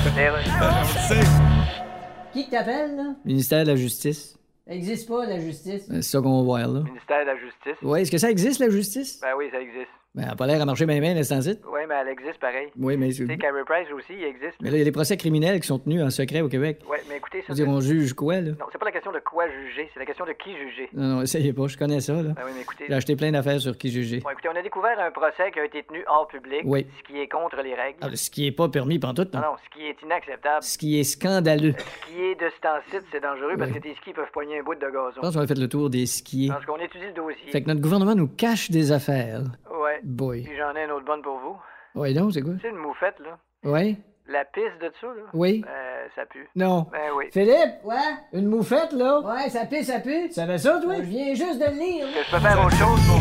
S7: Qui que t'appelles, là?
S6: Ministère de la Justice. Ben,
S7: Existe pas, la justice.
S6: C'est ça qu'on voit, là.
S5: Ministère de la Justice.
S6: Oui, est-ce que ça existe, la justice?
S5: Ben oui, ça existe.
S6: Ben, elle a pas l'air à marcher bien, bien, l'instant
S5: Oui, mais elle existe pareil.
S6: Oui, mais c'est-
S5: Tu sais, Carrie Price aussi, il existe.
S6: Mais là, il y a des procès criminels qui sont tenus en secret au Québec.
S5: Ouais, mais écoutez,
S6: Je
S5: ça.
S6: veux dire, on
S5: c'est-
S6: juge quoi, là?
S5: Non, c'est pas la question de quoi juger, c'est la question de qui juger.
S6: Non, non, essayez pas, je connais ça, là.
S5: Ben oui, mais écoutez-
S6: J'ai acheté plein d'affaires sur qui juger.
S5: Bon, écoutez, on a découvert un procès qui a été tenu hors public,
S6: Oui.
S5: ce qui est contre les règles.
S6: Ah, ce qui est pas permis pantoute, non.
S5: Non, non, ce qui est inacceptable.
S6: Ce qui est scandaleux.
S5: Ce qui est de ce temps-ci, c'est dangereux parce que
S6: Oui.
S5: tes skis peuvent poigner un bout de gazon.
S6: Je pense qu'on a fait le tour des skiers.
S5: Parce qu'on étudie le dossier.
S6: Fait que notre gouvernement nous cache des affaires.
S5: Ouais.
S6: Boy.
S5: Puis j'en ai une autre bonne pour vous.
S6: Ouais, donc, c'est quoi?
S5: C'est une moufette, là.
S6: Ouais?
S5: La piste de ça, là.
S6: Oui.
S5: Euh, ça pue.
S6: Non.
S5: Ben oui.
S7: Philippe? Ouais? Une moufette, là? Ouais, ça pisse, ça pue. Tu savais ça, toi? Je viens juste de le lire.
S5: Je peux faire autre chose pour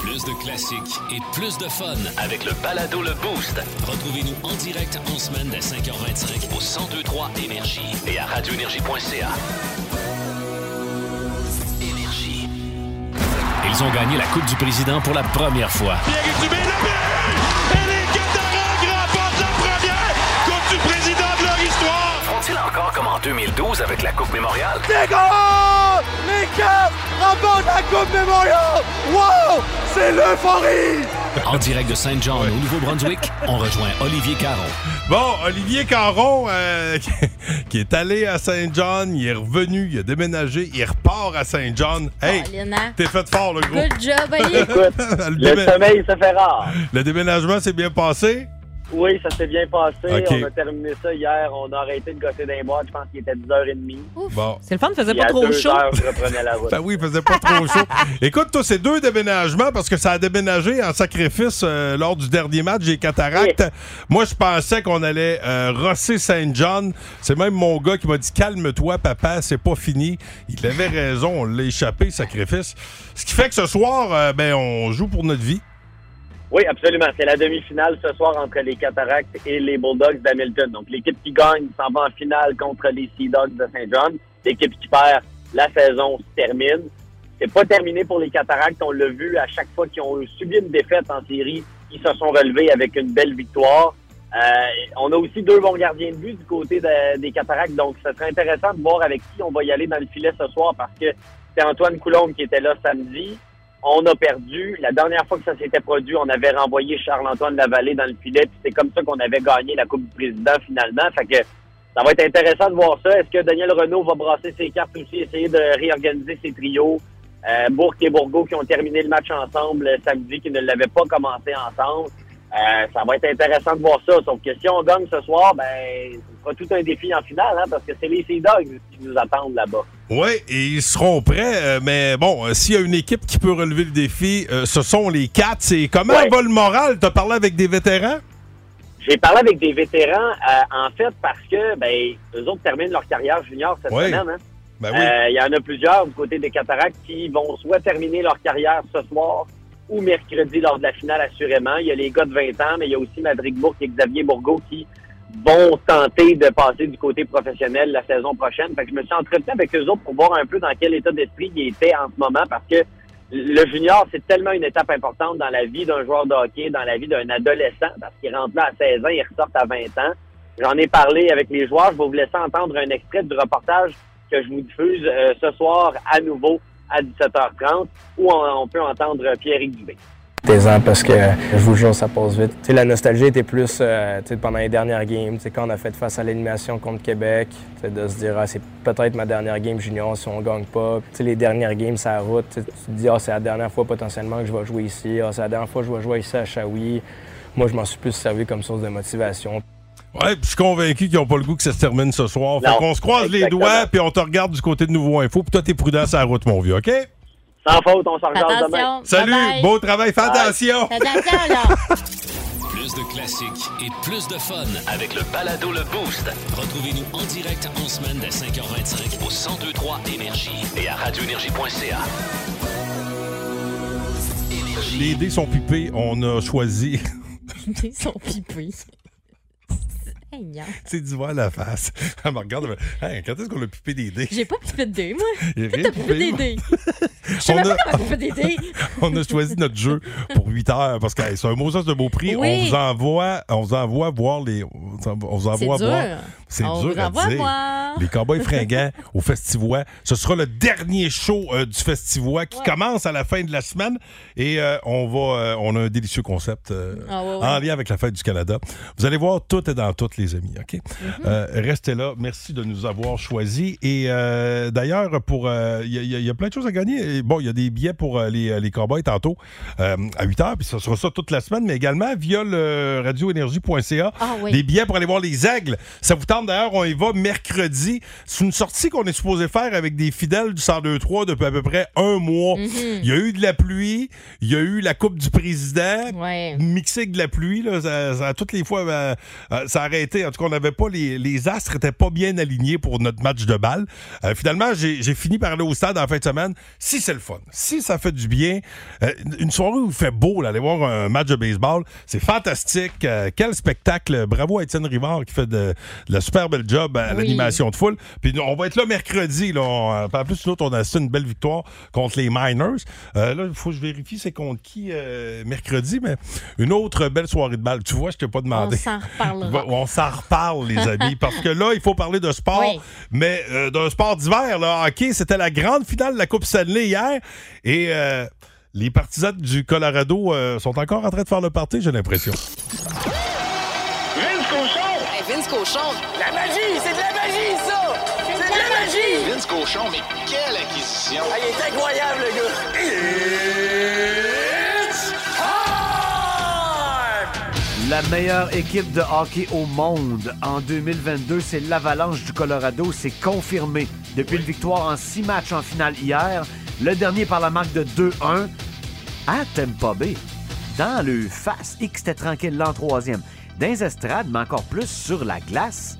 S2: Plus de classiques et plus de fun avec le balado Le Boost. Retrouvez-nous en direct en semaine dès 5h25 au 1023 Énergie et à radioénergie.ca. Énergie.
S1: Ils ont gagné la Coupe du Président pour la première fois.
S2: Coupe du Président de leur histoire! Font-ils encore comme en 2012 avec la Coupe Mémoriale?
S11: Les Cavs remportent la Coupe Memorial! Wow! C'est l'euphorie!
S1: En direct de Saint-Jean, au Nouveau-Brunswick, on rejoint Olivier Caron.
S3: Bon, Olivier Caron, euh, qui est allé à Saint-John, il est revenu, il a déménagé, il repart à Saint-John. Hey,
S8: Lina.
S3: t'es fait fort, le gros.
S8: hein? Good job, Oli.
S3: le,
S10: Le
S3: démé-
S10: sommeil se fait rare.
S3: le déménagement s'est bien passé?
S10: Oui, ça s'est bien passé.
S3: Ok.
S10: On a terminé ça hier. On a arrêté de gosser d'un boîte. Je pense qu'il était 10h30.
S3: Bon.
S12: C'est le fun, faisait
S10: Puis
S12: pas
S10: à
S12: trop
S10: deux
S12: chaud.
S10: heures, je reprenais la route.
S3: Ben oui, il faisait pas trop chaud. Écoute, toi, c'est deux déménagements parce que ça a déménagé en sacrifice euh, lors du dernier match des Cataractes. Moi, je pensais qu'on allait euh, rosser Saint-John. C'est même mon gars qui m'a dit Calme-toi, papa, c'est pas fini. Il avait raison, on l'a échappé, sacrifice. Ce qui fait que ce soir, euh, ben, on joue pour notre vie.
S10: Oui, absolument. C'est la demi-finale ce soir entre les Cataractes et les Bulldogs d'Hamilton. Donc, l'équipe qui gagne s'en va en finale contre les Sea Dogs de Saint John. L'équipe qui perd, la saison se termine. C'est pas terminé pour les Cataractes. On l'a vu à chaque fois qu'ils ont subi une défaite en série, ils se sont relevés avec une belle victoire. Euh, on a aussi deux bons gardiens de but du côté de- des Cataractes, donc ce serait intéressant de voir avec qui on va y aller dans le filet ce soir parce que c'est Antoine Coulombe qui était là samedi. On a perdu. La dernière fois que ça s'était produit, on avait renvoyé Charles-Antoine Lavallée dans le filet, puis c'est comme ça qu'on avait gagné la Coupe du Président finalement. Fait que ça va être intéressant de voir ça. Est-ce que Daniel Renault va brasser ses cartes aussi, essayer de réorganiser ses trios? Euh, Bourque et Bourgo qui ont terminé le match ensemble euh, samedi, qui ne l'avaient pas commencé ensemble. Euh, ça va être intéressant de voir ça. Sauf que si on gagne ce soir, ben, ce sera tout un défi en finale, hein, parce que c'est les Sea Dogs qui nous attendent là-bas.
S3: Oui, et ils seront prêts. euh, mais bon, euh, s'il y a une équipe qui peut relever le défi, euh, ce sont les quatre. C'est comment va le moral? T'as parlé avec des vétérans?
S10: J'ai parlé avec des vétérans, euh, en fait, parce que ben, eux autres terminent leur carrière junior cette
S3: Ouais.
S10: semaine. hein.
S3: Ben
S10: Euh,
S3: oui.
S10: Il y en a plusieurs du côté des Cataractes qui vont soit terminer leur carrière ce soir ou mercredi lors de la finale, assurément. Il y a les gars de 20 ans, mais il y a aussi Madrid Bourque et Xavier Bourgault qui vont tenter de passer du côté professionnel la saison prochaine. Fait que je me suis entretenu avec eux autres pour voir un peu dans quel état d'esprit ils étaient en ce moment parce que le junior, c'est tellement une étape importante dans la vie d'un joueur de hockey, dans la vie d'un adolescent, parce qu'il rentre là à 16 ans, il ressort à 20 ans. J'en ai parlé avec les joueurs. Je vais vous laisser entendre un extrait du reportage que je vous diffuse euh, ce soir à nouveau à 17h30, où on, on peut entendre Pierre-Éric Dubé.
S13: ans parce que je vous jure, ça passe vite. Tu sais, la nostalgie était plus euh, tu sais, pendant les dernières games, tu sais, quand on a fait face à l'animation contre Québec, tu sais, de se dire ah, c'est peut-être ma dernière game junior si on gagne pas. Tu sais, les dernières games, ça route. Tu sais, tu te dis ah, c'est la dernière fois potentiellement que je vais jouer ici, Ah, c'est la dernière fois que je vais jouer ici à Shawi. Moi, je m'en suis plus servi comme source de motivation.
S3: Ouais, puis je suis convaincu qu'ils n'ont pas le goût que ça se termine ce soir. Fait
S10: Non,
S3: qu'on se croise
S10: exactement.
S3: les doigts, puis on te regarde du côté de Nouveau Info, puis toi, t'es prudent sur la route, mon vieux, OK?
S10: Sans faute, on s'en regarde demain.
S3: Salut, beau travail, fais attention!
S2: Plus de classiques et plus de fun avec le balado Le Boost. Retrouvez-nous en direct en semaine dès 5h25 au 1023 Énergie et à radioénergie.ca.
S3: Les dés sont pipés, on a choisi.
S8: Ils sont pipés. hein. Seigneur.
S3: tu sais, dis-moi la face. Elle me regarde, elle me- Hey, quand est-ce qu'on a pipé des dés?
S8: J'ai pas pipé de dés, moi.
S3: Il y a
S8: Toi,
S3: rien
S8: t'as
S3: de
S8: pipé des
S3: pire.
S8: dés. Je sais
S3: On
S8: même
S3: a-
S8: pas comment pipé des dés.
S3: on a choisi notre jeu pour 8 heures parce que hey, c'est un mot sens de beau prix.
S8: Oui.
S3: On vous envoie, on vous envoie voir les, on vous envoie- on vous envoie
S8: C'est
S3: voir.
S8: dur.
S3: C'est
S8: On
S3: dur
S8: vous
S3: à
S8: envoie
S3: dire.
S8: voir.
S3: Les Cowboys fringants au Festivois. Ce sera le dernier show euh, du Festivois qui commence à la fin de la semaine et euh, on va, euh, on a un délicieux concept euh,
S12: Ah ouais, ouais.
S3: en lien avec la fête du Canada. Vous allez voir, tout est dans tout, les amis. Ok.
S12: Mm-hmm.
S3: Euh, restez là. Merci de nous avoir choisis. Et euh, d'ailleurs, pour euh, il y, a- il y a- il y a plein de choses à gagner. Et bon, il y a des billets pour euh, les, les Cowboys tantôt euh, à 8 h, puis ce sera ça toute la semaine, mais également via le radioénergie.ca.
S8: Ah oui.
S3: Des billets pour aller voir les aigles. Ça vous tente d'ailleurs, on y va mercredi. C'est une sortie qu'on est supposé faire avec des fidèles du 1023 depuis à peu près un mois.
S8: Mhm.
S3: Il y a eu de la pluie, il y a eu la Coupe du Président, mixé avec de la pluie. Là, ça, ça- toutes les fois, euh, euh, ça a arrêté. En tout cas, on n'avait pas les, les astres n'étaient pas bien alignés pour notre match de balle. Euh, finalement, j'ai j'ai fini par aller au stade en fin de semaine. Si c'est le fun, si ça fait du bien, euh, une soirée où il fait beau, là, aller voir un match de baseball, c'est fantastique. Euh, quel spectacle. Bravo à Étienne Rivard qui fait de, de la super belle job à
S12: Oui.
S3: l'animation de foule. Puis on va être là mercredi. Là, On- en plus, nous autres, on a assisté à une belle victoire contre les Miners. Euh, là, il faut que je vérifie c'est contre qui euh, mercredi, mais une autre belle soirée de balle. Tu vois, je t'ai pas demandé.
S8: On s'en reparlera.
S3: Bon, on s'en reparle, les amis, parce que là, il faut parler de sport,
S8: Oui.
S3: mais euh, d'un sport d'hiver. Là, hockey, c'était la grande finale de la Coupe Stanley hier. Et euh, les partisans du Colorado euh, sont encore en train de faire le party, j'ai l'impression.
S11: Vince Cochon! Vince Cochon! La magie! C'est de la magie, ça! C'est de la magie! Vince Cochon, mais quelle acquisition! il est incroyable, le gars! It's
S14: La meilleure équipe de hockey au monde en 2022, c'est l'Avalanche du Colorado. C'est confirmé. Depuis une victoire en six matchs en finale hier, le dernier par la marque de 2-1 à Tampa Bay. Dans le face, X était tranquille l'an troisième. Dans les estrades, mais encore plus sur la glace.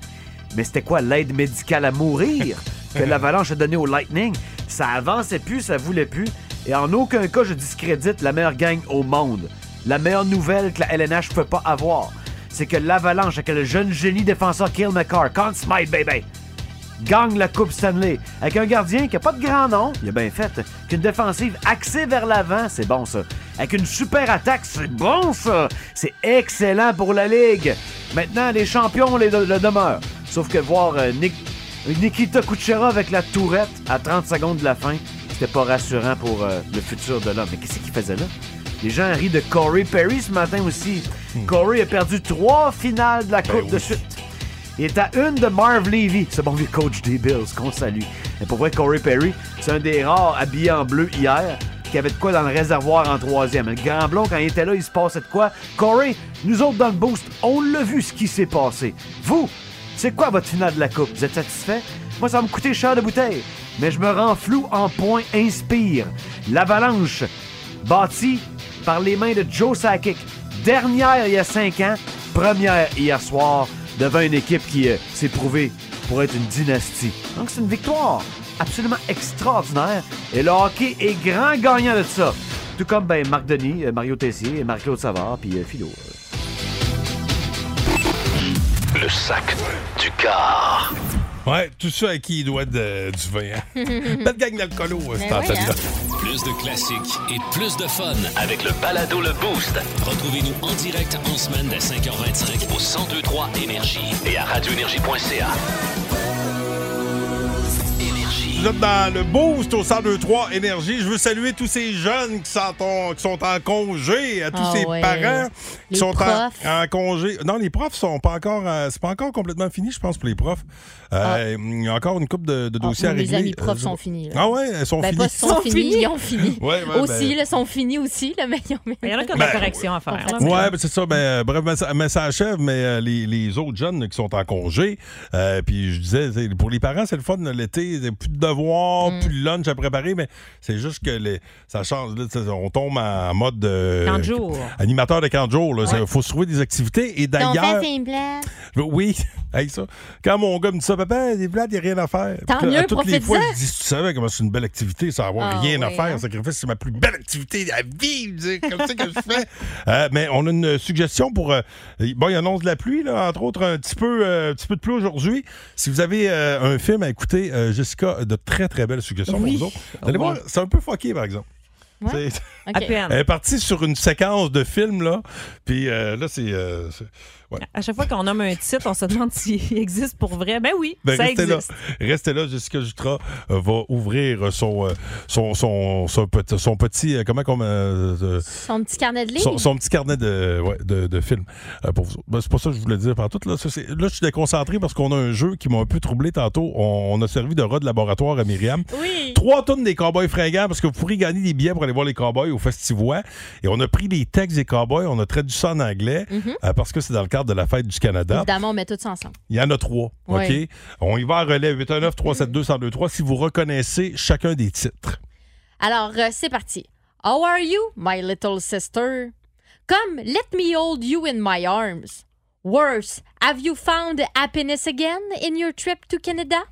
S14: Mais c'était quoi l'aide médicale à mourir que l'Avalanche a donnée au Lightning? Ça avançait plus, ça voulait plus. Et en aucun cas, je discrédite la meilleure gang au monde. La meilleure nouvelle que la LNH peut pas avoir, c'est que l'Avalanche avec le jeune génie défenseur Kill McCarr, can't smite baby, gagne la Coupe Stanley avec un gardien qui a pas de grand nom, il a bien fait, qu'une défensive axée vers l'avant, c'est bon ça. Avec une super attaque, c'est bon ça. C'est excellent pour la Ligue. Maintenant, les champions les, le demeurent. Sauf que voir euh, Nick- Nikita Kucherov avec la tourette à 30 secondes de la fin, c'était pas rassurant pour euh, le futur de l'homme. Mais qu'est-ce qu'il faisait là? Les gens rient de Corey Perry ce matin aussi. Corey a perdu trois finales de la Coupe de suite. Il est à une de Marv Levy, ce bon vieux coach des Bills qu'on salue. Mais pour vrai, Corey Perry, c'est un des rares habillés en bleu hier qui avait de quoi dans le réservoir en troisième. Le grand blond, quand il était là, il se passait de quoi. Corey, nous autres dans le boost, on l'a vu ce qui s'est passé. Vous, c'est quoi votre finale de la Coupe? Vous êtes satisfait? Moi, ça va me coûter cher de bouteille. Mais je me rends flou en point inspire. L'avalanche, bâtie par les mains de Joe Sakic. Dernière il y a cinq ans, première hier soir, devant une équipe qui euh, s'est prouvée pour être une dynastie. Donc c'est une victoire absolument extraordinaire. Et le hockey est grand gagnant de ça. Tout comme ben, Marc Denis, euh, Mario Tessier, Marc-Claude Savard, puis euh, Philo.
S2: Le sac du car.
S3: Ouais, tout ça à qui il doit de- du vin. hein. Belle gang d'alcoolo,
S8: Ben
S3: euh, cette antenne-là.
S8: hein?
S2: Plus de classiques et plus de fun avec le balado Le Boost. Retrouvez-nous en direct en semaine dès 5h25 au 1023 Énergie et à radioénergie.ca.
S3: Vous êtes dans le boost au 1023 Énergie. Je veux saluer tous ces jeunes qui sont en, qui sont en congé, à tous
S8: Ah
S3: ces
S8: ouais.
S3: parents
S8: Les
S3: qui sont en,
S8: profs.
S3: en congé. Non, les profs sont pas encore, euh, c'est pas encore complètement fini, je pense, pour les profs. Euh, Il y a encore une coupe de, de dossiers à
S8: Ah. Mes
S3: régler.
S8: amis profs
S3: Euh,
S8: sont finis. là.
S3: Ah ouais, elles sont
S8: Ben,
S3: finies.
S8: pas sont finis, ils ont fini.
S3: Ouais, ouais,
S8: aussi,
S3: ben-
S8: là, sont finis aussi, là, mais ils ont Il y en a qui
S3: Ben,
S8: à faire.
S3: Ouais, ben, c'est ça. Ben, euh, bref, ben, ça, mais ça achève, mais euh, les, les autres jeunes qui sont en congé, euh, puis je disais, c'est- pour les parents, c'est le fun de l'été, c'est plus de devoirs,
S12: Mm.
S3: plus de lunch à préparer, mais c'est juste que les, ça change. là, tu sais, on tombe en mode euh,
S12: Camp de jour.
S3: animateur de camp de jour. Il faut se trouver des activités. Et d'ailleurs, je- Ben oui, hey, ça, quand mon gars me dit ça, papa, des blagues, il n'y a rien à faire.
S8: Tant
S3: Puis là, à
S8: mieux,
S3: toutes les fois,
S8: profite-en.
S3: je dis, tu savais comment c'est une belle activité, ça avoir
S8: Ah,
S3: rien à
S8: ouais,
S3: faire.
S8: hein.
S3: Sacrifice, c'est ma plus belle activité à vivre. tu sais, Comme ça que je fais. Euh, mais on a une suggestion pour. euh, bon, il annonce de la pluie, là, entre autres, un petit peu, euh, un petit peu de pluie aujourd'hui. Si vous avez euh, un film à écouter, euh, Jessica, a de très, très belles suggestions
S12: Oui.
S3: pour vous autres. Allez
S12: Oh,
S3: voir,
S12: ouais.
S3: c'est un peu fucké, par exemple.
S12: Ouais.
S3: C'est-
S12: Ok. À
S8: Ah.
S12: peine.
S3: Elle est partie sur une séquence de films, là. Puis euh, là, c'est. euh, c'est- ouais.
S12: À chaque fois qu'on nomme un titre, on se demande s'il existe pour vrai. Ben oui,
S3: Ben,
S12: ça
S3: restez
S12: existe.
S3: là. Restez là. Jessica Jutra euh, va ouvrir son, euh, son, son, son petit, son petit, euh, comment qu'on, euh, euh,
S8: Son petit carnet de livres.
S3: son, son petit carnet de, ouais, de, de films euh, pour vous autres. Ben, c'est pas ça que je voulais dire par tout. Là, Ça, c'est- là, je suis déconcentré parce qu'on a un jeu qui m'a un peu troublé tantôt. On, on a servi de rat de laboratoire à Myriam. Trois tonnes des Cowboys fringants parce que vous pourrez gagner des billets pour aller voir les Cowboys au Festivois. Et on a pris les textes des Cowboys, on a traduit ça en anglais
S8: Mhm.
S12: Mm-hmm.
S3: euh, parce que c'est dans le cadre de la fête du Canada.
S8: Évidemment, on met tout ça ensemble.
S3: Il y en a trois.
S8: Ouais.
S3: OK? On y va à relais 819 372 1023 si vous reconnaissez chacun des titres.
S8: Alors, euh, c'est parti. How are you, my little sister? Comme Let me hold you in my arms. Worse, have you found happiness again in your trip to Canada?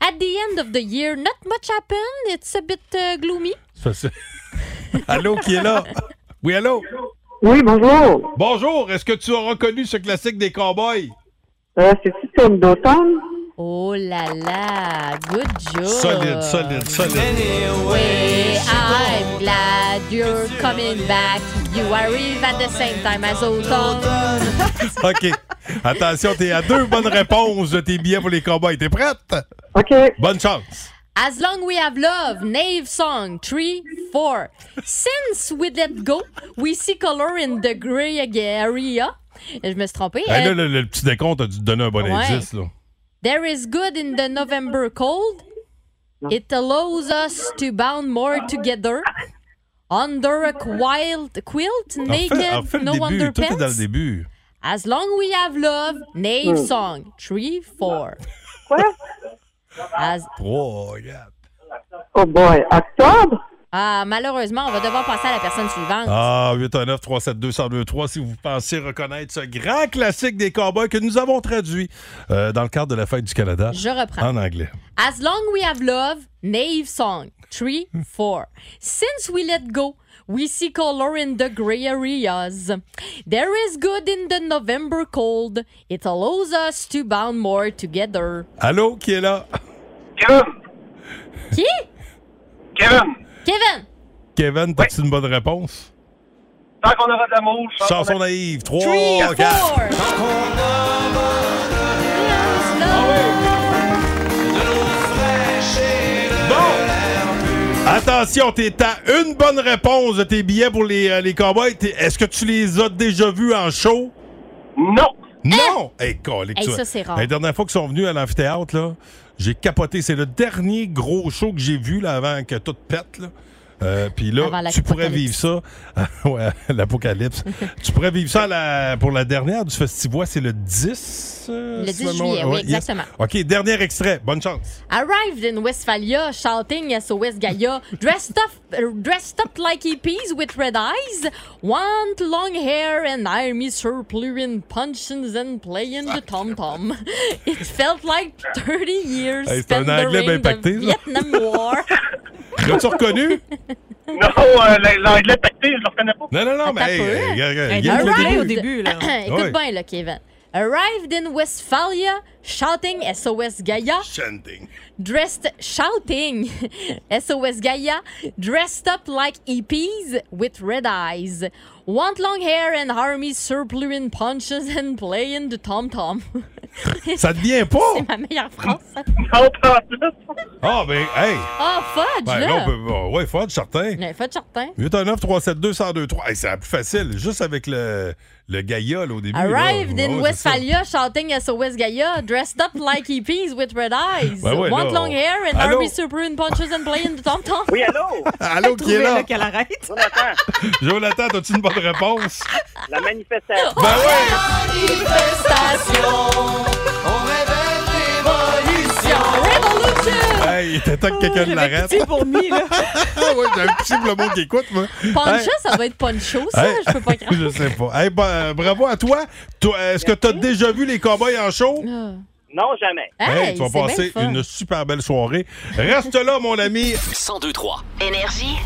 S8: At the end of the year, not much happened. It's a bit euh, gloomy.
S3: Ça, c'est- allô, qui est là? Oui, allô?
S15: Oui, bonjour.
S3: Bonjour. Est-ce que tu as reconnu ce classique des cowboys?
S15: Euh, C'est-tu tourne d'automne?
S8: Oh là là, good job.
S3: Solide, solide, solide.
S8: Way, I'm glad you're coming back. You arrive at the same time as autumn.
S3: OK. Attention, t'es à deux bonnes réponses de tes billets pour les cowboys. T'es prête?
S15: OK.
S3: Bonne chance.
S8: As long we have love, Nave song, three, four. Since we let go, we see color in the gray area. Je me suis trompée.
S3: Hey,
S8: Euh,
S3: là, le, le petit décompte a dû te donner un bon
S8: Ouais.
S3: indice. Là.
S8: There is good in the November cold. It allows us to bound more together. Under a quilt, quilt naked,
S3: Refais- refais
S8: no
S3: le début. Tout est dans le
S8: underpants.
S3: début.
S8: As long we have love, Nave
S3: Hmm.
S8: song, three, four. As-
S3: Trois, regarde.
S15: Oh boy, octobre?
S8: Ah, malheureusement, on va devoir passer à la personne suivante.
S3: Ah, 819 372 1023 si vous pensez reconnaître ce grand classique des cowboys que nous avons traduit euh, dans le cadre de la fête du Canada.
S8: Je reprends.
S3: En anglais.
S8: As long we have love, Nave song. Three, four. Since we let go, we see color in the gray areas. There is good in the November cold. It allows us to bound more together.
S3: Allô, qui est là?
S8: Qui?
S10: Kevin,
S8: Kevin!
S3: Kevin, t'as-tu une bonne réponse?
S10: tant qu'on aura de l'amour,
S3: Chanson naïve. 3,
S10: Three,
S3: 4. Attention, t'es à une bonne réponse de tes billets pour les, euh, les cowboys. T'es- Est-ce que tu les as déjà vus en show? Non! Non! Hey, colique,
S8: Eh! Hey,
S3: tu vois.
S8: ça, c'est rare.
S3: La dernière fois qu'ils sont venus à l'amphithéâtre, là, j'ai capoté. C'est le dernier gros show que j'ai vu là, avant que tout pète. Là. Euh, Puis là,
S8: Avant
S3: tu pourrais vivre ça. Ouais, l'apocalypse. tu pourrais vivre ça à la- pour la dernière du Festivois. C'est le 10. euh,
S8: Le
S3: si
S8: 10
S3: ma mémoire-
S8: juillet, oui,
S3: ouais, yes.
S8: exactement.
S3: OK, dernier extrait. Bonne chance.
S8: Arrived in Westphalia, shouting SOS Gaia, dressed up, er, dressed up like EPs with red eyes, want long hair and army surplus punchins and playing the tom tom. It felt like 30 years
S3: Hey, c'est
S8: spent
S3: un anglais bien
S8: during
S3: pacté,
S8: the
S3: ça.
S8: Vietnam War.
S3: L'as-tu reconnu?
S10: Non, euh, l- l'anglais pacté, je le reconnais pas.
S3: Non, non, non, mais.
S10: Attends
S3: hey,
S10: un peu.
S8: hein.
S3: hey, regarde, regarde,
S10: Hey,
S3: il y a
S10: t'as
S3: le
S10: un
S3: début.
S10: au début, là.
S8: Écoute
S3: Ouais.
S8: bien, là, Kevin. Arrived in Westphalia, Shouting SOS Gaia.
S9: Chanting.
S8: Dressed shouting SOS Gaia. Dressed up like EPs with red eyes. Want long hair and army surplus punches and playing the tom tom.
S3: Ça devient pas!
S8: C'est ma meilleure phrase. ça.
S3: Ah, ben, hey!
S8: Ah, fudge,
S3: Ben,
S8: là!
S3: là, on peut- bon, ouais, faut être certain.
S8: Mais fudge certain.
S3: 819 372 1023 hey, C'est la plus facile, juste avec le, le Gaïa là, au début.
S8: Arrived
S3: là.
S8: in
S3: Ouais, ouais, c'est ça.
S8: Westphalia shouting SOS Gaia, dressed up like hippies with red eyes.
S3: Ben ouais,
S8: Want
S3: là,
S8: long
S3: on-
S8: hair and
S3: Allô?
S8: army super in punches and playing the tom-tom.
S3: Oui, allô? Allô, qui est là?
S8: qu'elle arrête.
S3: Jonathan, as-tu une bonne réponse?
S11: La manifestation.
S3: Ben ouais!
S11: Manifestation. On révèle l'évolution.
S8: Révolution.
S3: Hey, il était temps que quelqu'un l'arrête.
S8: Oh, pitié pour
S3: mi, là. ouais, j'ai un petit pour le monde qui écoute, moi.
S8: Pancha,
S3: Hey.
S8: ça va être poncho, ça.
S3: Hey,
S8: Je peux pas
S3: je sais pas. Hey, bah, euh, bravo à toi. Toi, Est-ce que tu as déjà vu les cowboys en show?
S8: Ah.
S11: Non, jamais.
S3: Hey, tu vas passer une super belle soirée. Reste là, mon ami.
S2: 1023.
S4: Énergie.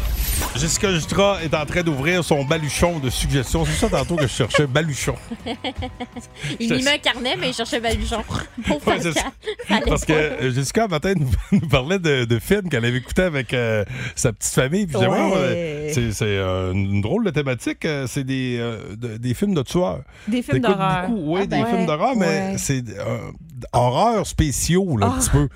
S3: Jessica Jutra est en train d'ouvrir son baluchon de suggestions. C'est ça tantôt que je cherchais, baluchon.
S8: il y met un carnet, mais il cherchait Baluchon. Pauvre
S3: Ouais, c'est ça.
S8: Pascal. Allez,
S3: Parce que euh, Jessica, un matin, nous, nous parlait de, de films qu'elle avait écouté avec euh, sa petite famille. Puis j'ai dit,
S12: Ouais.
S3: Ouais, ouais, c'est c'est, euh, une drôle de thématique. euh, C'est des, euh, de- des films de tueurs.
S12: Des films
S3: T'écoutes
S12: d'horreur.
S3: beaucoup, Oui,
S12: Ah
S3: des
S12: ben.
S3: films d'horreur, mais
S12: Ouais.
S3: c'est euh, horreur spéciaux, là, un
S12: Ah.
S3: petit peu.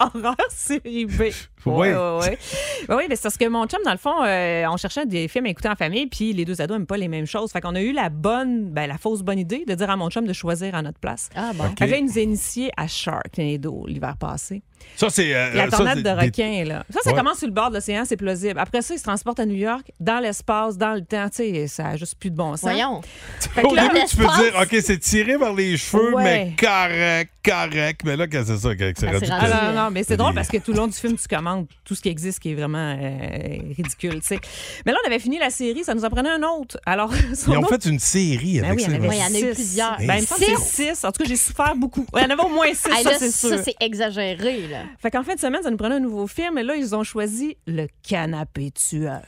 S12: Horreur série B.
S3: Ouais.
S12: Ouais, ouais, ouais. Ben oui, mais c'est parce que mon chum, dans le fond, euh, on cherchait des films à écouter en famille, puis les deux ados n'aiment pas les mêmes choses. Fait qu'on a eu la bonne, ben, la fausse bonne idée de dire à mon chum de choisir à notre place. Ah
S3: bon. Ok.
S12: Fait que là, il nous a initiés à Shark, Tornado, l'hiver passé.
S3: Ça, c'est. euh,
S12: La
S3: ça,
S12: tornade
S3: c'est
S12: de
S3: des-
S12: requin, là. Ça, ça
S3: Ouais.
S12: commence sur le bord de l'océan, c'est plausible. Après ça, ils se transportent à New York, dans l'espace, dans le temps. Tu sais, ça a juste plus de bon sens.
S8: Voyons.
S12: Fait que
S3: Au
S12: là,
S3: début, tu peux
S12: l'espace-
S3: dire, OK, c'est tiré par les cheveux,
S12: Ouais.
S3: mais correct, correct. Mais là, qu'est-ce que c'est ça? que c'est rendu
S12: Ah,
S3: que-
S12: non, non, non, mais c'est drôle parce que tout le long du film, tu commandes tout ce qui existe qui est vraiment euh, ridicule, tu sais. Mais là, on avait fini la série, ça nous en prenait un autre. Alors, son
S3: Ils ont
S12: autre-
S3: fait une série
S12: Ben
S3: avec
S12: oui, il y en avait
S3: ça.
S8: Ouais, il y en a eu plusieurs.
S12: Ben, il me semble que c'est six. En tout cas, j'ai souffert beaucoup. Il y en avait au moins six,
S8: Hey,
S12: ça,
S8: là,
S12: c'est sûr.
S8: ça, c'est exagéré, là.
S12: Fait qu'en fin de semaine, ça nous prenait un nouveau film, et là, ils ont choisi Le Canapé Tueur.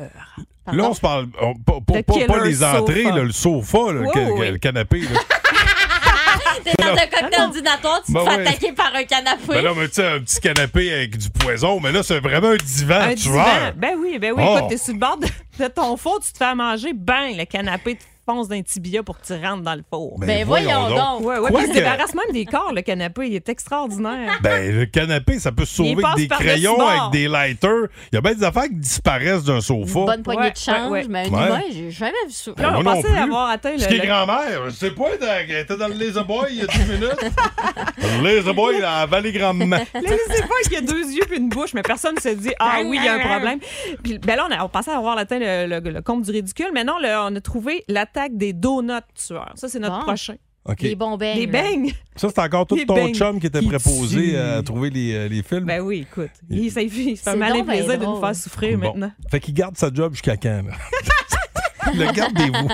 S3: Là, on se parle. on- pas, pas-
S12: Le
S3: pas- pas
S12: killer
S3: les entrées,
S12: sofa.
S3: là, le sofa, là, le,
S12: Oui,
S3: ca-
S12: oui.
S3: le canapé. là.
S8: T'es dans un
S12: Ah
S8: cocktail dinatoire, tu te
S3: Ben
S8: fais
S3: ouais.
S8: attaquer par un canapé.
S3: Ben non, mais tu sais, un petit canapé avec du poison, mais là, c'est vraiment un divan,
S12: Un
S3: tu
S12: divan.
S3: vois.
S12: Ben oui, ben oui.
S3: Oh.
S12: Écoute, t'es sur le bord de, de ton four, tu te fais à manger, bang, le canapé te fonce d'un tibia pour que tu rentres dans le
S8: Oh.
S12: four.
S3: Ben Ben voyons voyons donc. donc.
S12: Ouais,
S3: Quoi
S12: ouais, puis il
S3: que-
S12: se débarrasse même des corps, le canapé. Il est extraordinaire.
S3: Ben, le canapé, ça peut se
S12: Il
S3: sauver
S12: passe
S3: avec des
S12: par-dessus
S3: crayons,
S12: bord.
S3: avec des lighters. Il y a bien des affaires qui disparaissent d'un sofa.
S8: Bonne poignée de change,
S12: ouais, ouais.
S8: mais un
S3: Ouais.
S8: humain, j'ai jamais vu ça.
S3: Ben, moi non plus.
S12: atteint
S3: Ce
S12: le-
S3: qui est
S12: le-
S3: grand-mère, je sais pas, elle était dans le Laser Boy il y a 10 minutes. le Laser Boy, elle a avalé grand-maman.
S12: Là, je sais pas qu'il y a deux yeux puis une bouche, mais personne ne se dit Ah oui, il y a un problème. Puis, ben là, on, a, on pensait avoir atteint le, le, le compte du ridicule, mais non, là, on a trouvé l'attaque des donuts tueurs. Ça, c'est notre
S8: Bon. Eh ben.
S12: prochain.
S3: OK.
S8: bonbelles.
S12: Les beignes.
S3: Ça, c'est encore tout
S12: Les
S3: ton
S12: beignes
S3: chum qui était
S12: qui
S3: préposé
S12: tuent.
S3: euh, à trouver les, euh, les films.
S12: Ben oui, écoute. Il, ça, il se
S8: C'est
S12: fait mal et
S8: donc ben
S12: plaisir de nous
S8: drôle.
S12: faire souffrir
S3: Bon.
S12: maintenant.
S3: Fait qu'il garde sa job jusqu'à quand, là? Le gardez-vous.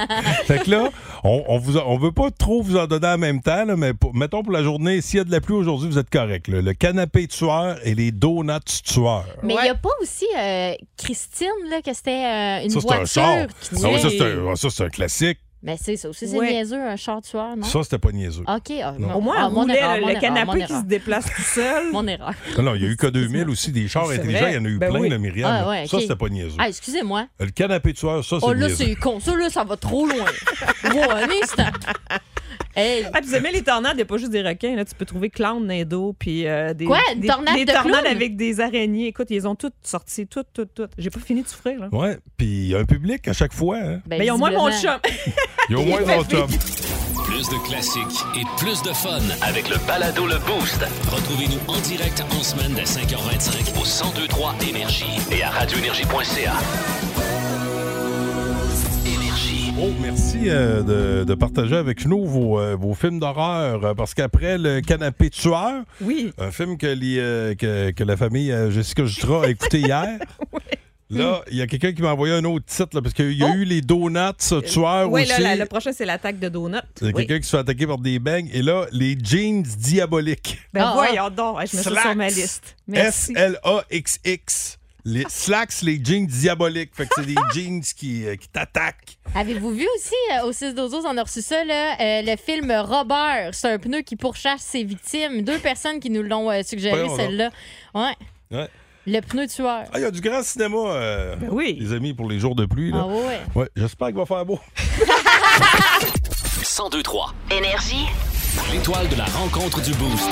S3: Fait que là, on, on, vous a- on veut pas trop vous en donner en même temps, là, mais pour- mettons pour la journée, s'il y a de la pluie aujourd'hui, vous êtes correct. là. Le canapé tueur et les donuts tueurs.
S8: Mais il n'y a pas aussi euh, Christine, là, que c'était euh, une
S3: ça, c'est un
S8: voiture
S3: char.
S8: qui
S3: Ah oui, ça,
S8: tuait.
S3: c'est un, ah, ça, c'est un classique.
S8: Mais c'est ça aussi, c'est
S12: Ouais.
S8: niaiseux, un char tueur, non?
S3: Ça, c'était pas niaiseux.
S8: OK. ah,
S3: Non.
S8: mon-
S12: Au moins,
S8: ah,
S12: on
S8: mon
S12: roulait
S8: erreur,
S12: le-
S8: mon
S12: le
S8: erreur,
S12: canapé
S8: mon
S12: qui
S8: erreur.
S12: se déplace tout seul.
S8: Mon erreur.
S3: Non, non, il y a eu K2000 aussi, des chars
S12: C'est
S3: intelligents,
S12: vrai.
S3: il y en a eu
S12: Ben
S3: plein,
S12: oui.
S3: là, Myriam.
S8: Ah, ouais,
S3: Ça,
S8: OK.
S3: c'était pas niaiseux.
S8: Ah, excusez-moi.
S3: Le canapé tueur, ça, c'est
S8: Oh là,
S3: niaiseux.
S8: c'est con. Ça, là, ça va trop loin. Wow, un instant. Hey. ben,
S12: Ah, puis vous aimez les tornades, il n'y a pas juste des requins. Là. Tu peux trouver clowns, nado, puis euh, des,
S8: Quoi, une
S12: des,
S8: tornade
S12: des
S8: de
S12: tornades
S8: clown?
S12: avec des araignées. Écoute, ils les ont toutes sorties, toutes, toutes, toutes. J'ai pas fini de souffrir. Là.
S3: Ouais, puis il y a un public à chaque fois. hein.
S12: Mais ils ont moins mon chum.
S3: Il y a au moins
S12: Il fait
S3: un chum.
S2: Plus de classiques et plus de fun avec le balado Le Boost. Retrouvez-nous en direct en semaine dès 5h25 au 1023 Énergie et à radioénergie.ca.
S3: Oh, merci euh, de, de partager avec nous vos, euh, vos films d'horreur. euh, Parce qu'après le canapé tueur,
S12: oui.
S3: un film que, les, euh, que, que la famille euh, Jessica Jutra a écouté hier. Là, il y a quelqu'un qui m'a envoyé un autre titre, là, parce qu'il y a eu les donuts euh, tueurs
S12: Oui, Oh. là,
S3: aussi.
S12: la- le prochain, c'est l'attaque de donuts.
S3: Il y a
S12: Oui.
S3: quelqu'un qui se fait attaquer par des beignes. Et là, les jeans diaboliques.
S12: Ben
S3: Ah,
S12: voyons donc, je me suis sur ma
S3: Slacks.
S12: liste. Merci.
S3: S-L-A-X-X. Les slacks, les jeans diaboliques. Fait que c'est des jeans qui, euh, qui t'attaquent.
S8: Avez-vous vu aussi euh, au 6 12 on a reçu ça, là, euh, le film Robert. C'est un pneu qui pourchasse ses victimes. Deux personnes qui nous l'ont euh, suggéré,
S3: Voyons donc.
S8: celle-là. Ouais.
S3: Ouais.
S8: Le pneu tueur.
S3: Ah, il y a du grand cinéma, euh,
S8: oui.
S3: les amis, pour les jours de pluie. Là.
S8: Ah ouais.
S3: Ouais, J'espère qu'il va faire beau.
S2: 1023.
S4: Énergie.
S2: L'étoile de la rencontre du Boost.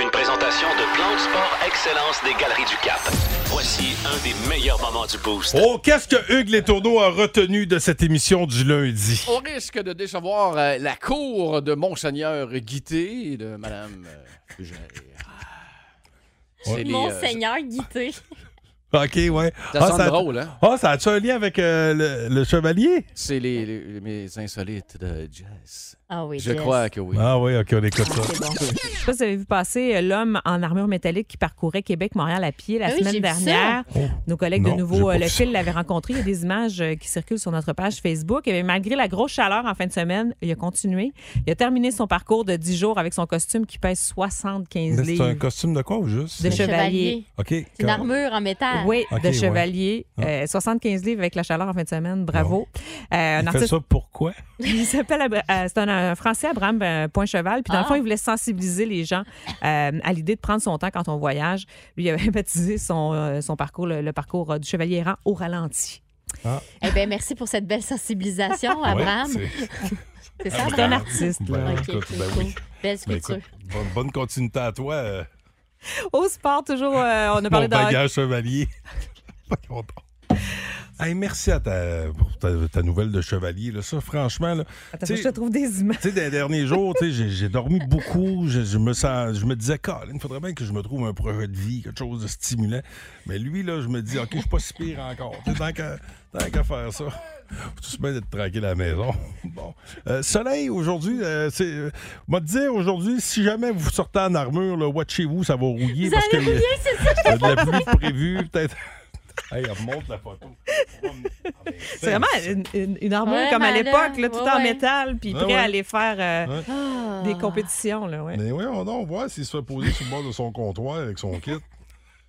S2: Une présentation de Plan de Sport Excellence des Galeries du Cap. Voici un des meilleurs moments du Boost.
S3: Oh, qu'est-ce que Hugues Létourneau a retenu de cette émission du lundi?
S16: Au risque de décevoir euh, la cour de Monseigneur Guité et de Madame euh, Gérard. C'est les, euh,
S8: Monseigneur Guité.
S3: OK, ouais.
S16: Ça sonne
S3: a-
S16: drôle, hein?
S3: Ah, ça a-tu un lien avec euh, le, le chevalier?
S16: C'est les, les- mes insolites de Jess.
S8: Ah oui,
S16: Je
S8: Jess.
S16: crois que oui.
S3: Ah oui, OK, on écoute ça.
S12: Je sais pas si vous avez vu passer euh, l'homme en armure métallique qui parcourait Québec-Montréal à pied la
S8: Ah oui,
S12: semaine
S8: j'ai vu ça.
S12: dernière. Nos collègues
S8: Non,
S12: de
S8: j'ai
S12: nouveau
S8: pas
S12: euh, Le
S8: vu ça.
S12: Fil l'avaient rencontré. Il y a des images euh, qui circulent sur notre page Facebook. Et bien, malgré la grosse chaleur en fin de semaine, il a continué. Il a terminé son parcours de 10 jours avec son costume qui pèse 75
S3: C'est un
S12: livres.
S3: costume de quoi ou juste?
S12: De De chevalier.
S3: OK.
S8: C'est une armure en métal.
S12: Oui,
S3: Ok, ouais.
S12: de chevalier.
S16: Ah.
S12: Euh, 75 livres avec la chaleur en fin de semaine. Bravo. Euh, un
S3: Il fait
S12: artiste-
S3: ça pourquoi?
S12: Il s'appelle Abra- euh, c'est un, un Français Abraham euh, Poincheval. Puis dans le
S8: Ah.
S12: fond, il voulait sensibiliser les gens euh, à l'idée de prendre son temps quand on voyage. Lui, il avait baptisé son, euh, son parcours, le, le parcours euh, du chevalier errant au ralenti.
S8: Eh bien, merci pour cette belle sensibilisation, Abraham.
S3: Ouais,
S8: c'est ça,
S12: C'est un
S8: Abraham?
S12: artiste, là.
S8: Ok,
S3: écoute,
S8: c'est
S3: ben
S8: cool.
S3: oui. Ben
S8: Belle sculpture.
S3: écoute, bonne, bonne continuité à toi, euh,
S12: Au sport, toujours, euh, on a
S3: mon
S12: parlé de
S3: bagage chevalier. Voyons donc. Hey, merci à ta, pour ta, ta nouvelle de chevalier. Là. Ça, franchement, là,
S12: Attends,
S3: tu sais-
S12: je te trouve des images.
S3: Tu sais, des derniers jours, tu sais, j'ai- j'ai dormi beaucoup. Je, je me sens, je me disais, Colin, il faudrait bien que je me trouve un projet de vie, quelque chose de stimulant. Mais lui, là, je me dis, OK, je suis pas si pire encore. Tu sais, Tant qu'à tant qu'à faire ça, faut tout se bien d'être tranquille à la maison. Bon. Euh, soleil, aujourd'hui, euh, c'est. euh, moi, te dire, aujourd'hui, si jamais vous sortez en armure, là, watchez-vous, ça va rouiller.
S11: Vous
S3: parce que
S11: allez rouiller, c'est ça.
S3: il y a de la pluie de prévue, peut-être. Hey, elle remonte la photo.
S12: C'est vraiment une, une- une armure
S8: Ouais,
S12: comme à
S8: ben là,
S12: l'époque, là, tout
S8: ouais, Ah.
S12: en
S8: ouais.
S12: métal, puis
S3: Ouais,
S12: prêt
S3: ouais.
S12: à aller faire euh,
S3: Ouais.
S12: des compétitions. Là, ouais.
S3: Mais oui, on, on voit s'il se fait poser sur le bord de son comptoir avec son kit.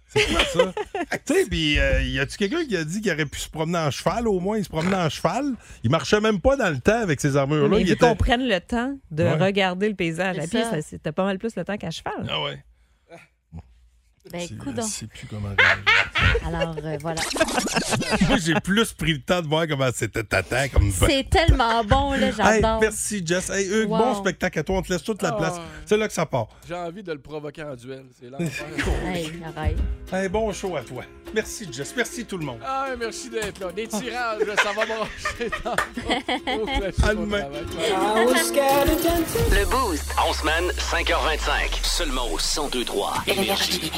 S3: C'est quoi ça? tu sais, puis euh, y a-tu quelqu'un qui a dit qu'il aurait pu se promener en cheval au moins? Il se promenait en cheval. Il marchait même pas dans le temps avec ces armures-là.
S12: Mais
S3: il
S12: vu
S3: était-
S12: qu'on prenne le temps de
S3: Ouais.
S12: regarder le paysage à
S8: C'est
S12: pied,
S8: ça.
S12: ça, c'était pas mal plus le temps qu'à cheval.
S3: Ah ouais.
S8: Ben,
S3: Je
S8: coudonc.
S3: sais plus comment dire.
S8: Alors, euh, voilà.
S3: Moi, j'ai plus pris le temps de voir comment c'était tata comme ben.
S8: C'est tellement bon, là,
S3: Hey,
S8: j'adore.
S3: merci, Jess. Hey, Hugues,
S8: Wow. Oh.
S3: bon spectacle à toi. On te laisse toute la
S16: Ah.
S3: place. C'est là que ça part.
S16: J'ai envie de le provoquer en duel. C'est là.
S8: Hey, arrête.
S3: Hey, bon show à toi. Merci, Jess. Merci tout le monde.
S16: Ah, merci d'être là. Des tirages, ça va marcher dans le fond. Au classique,
S3: À
S16: au
S3: demain.
S16: travail.
S2: Le Boost. En semaine, 5h25. Seulement au 1023 Énergie.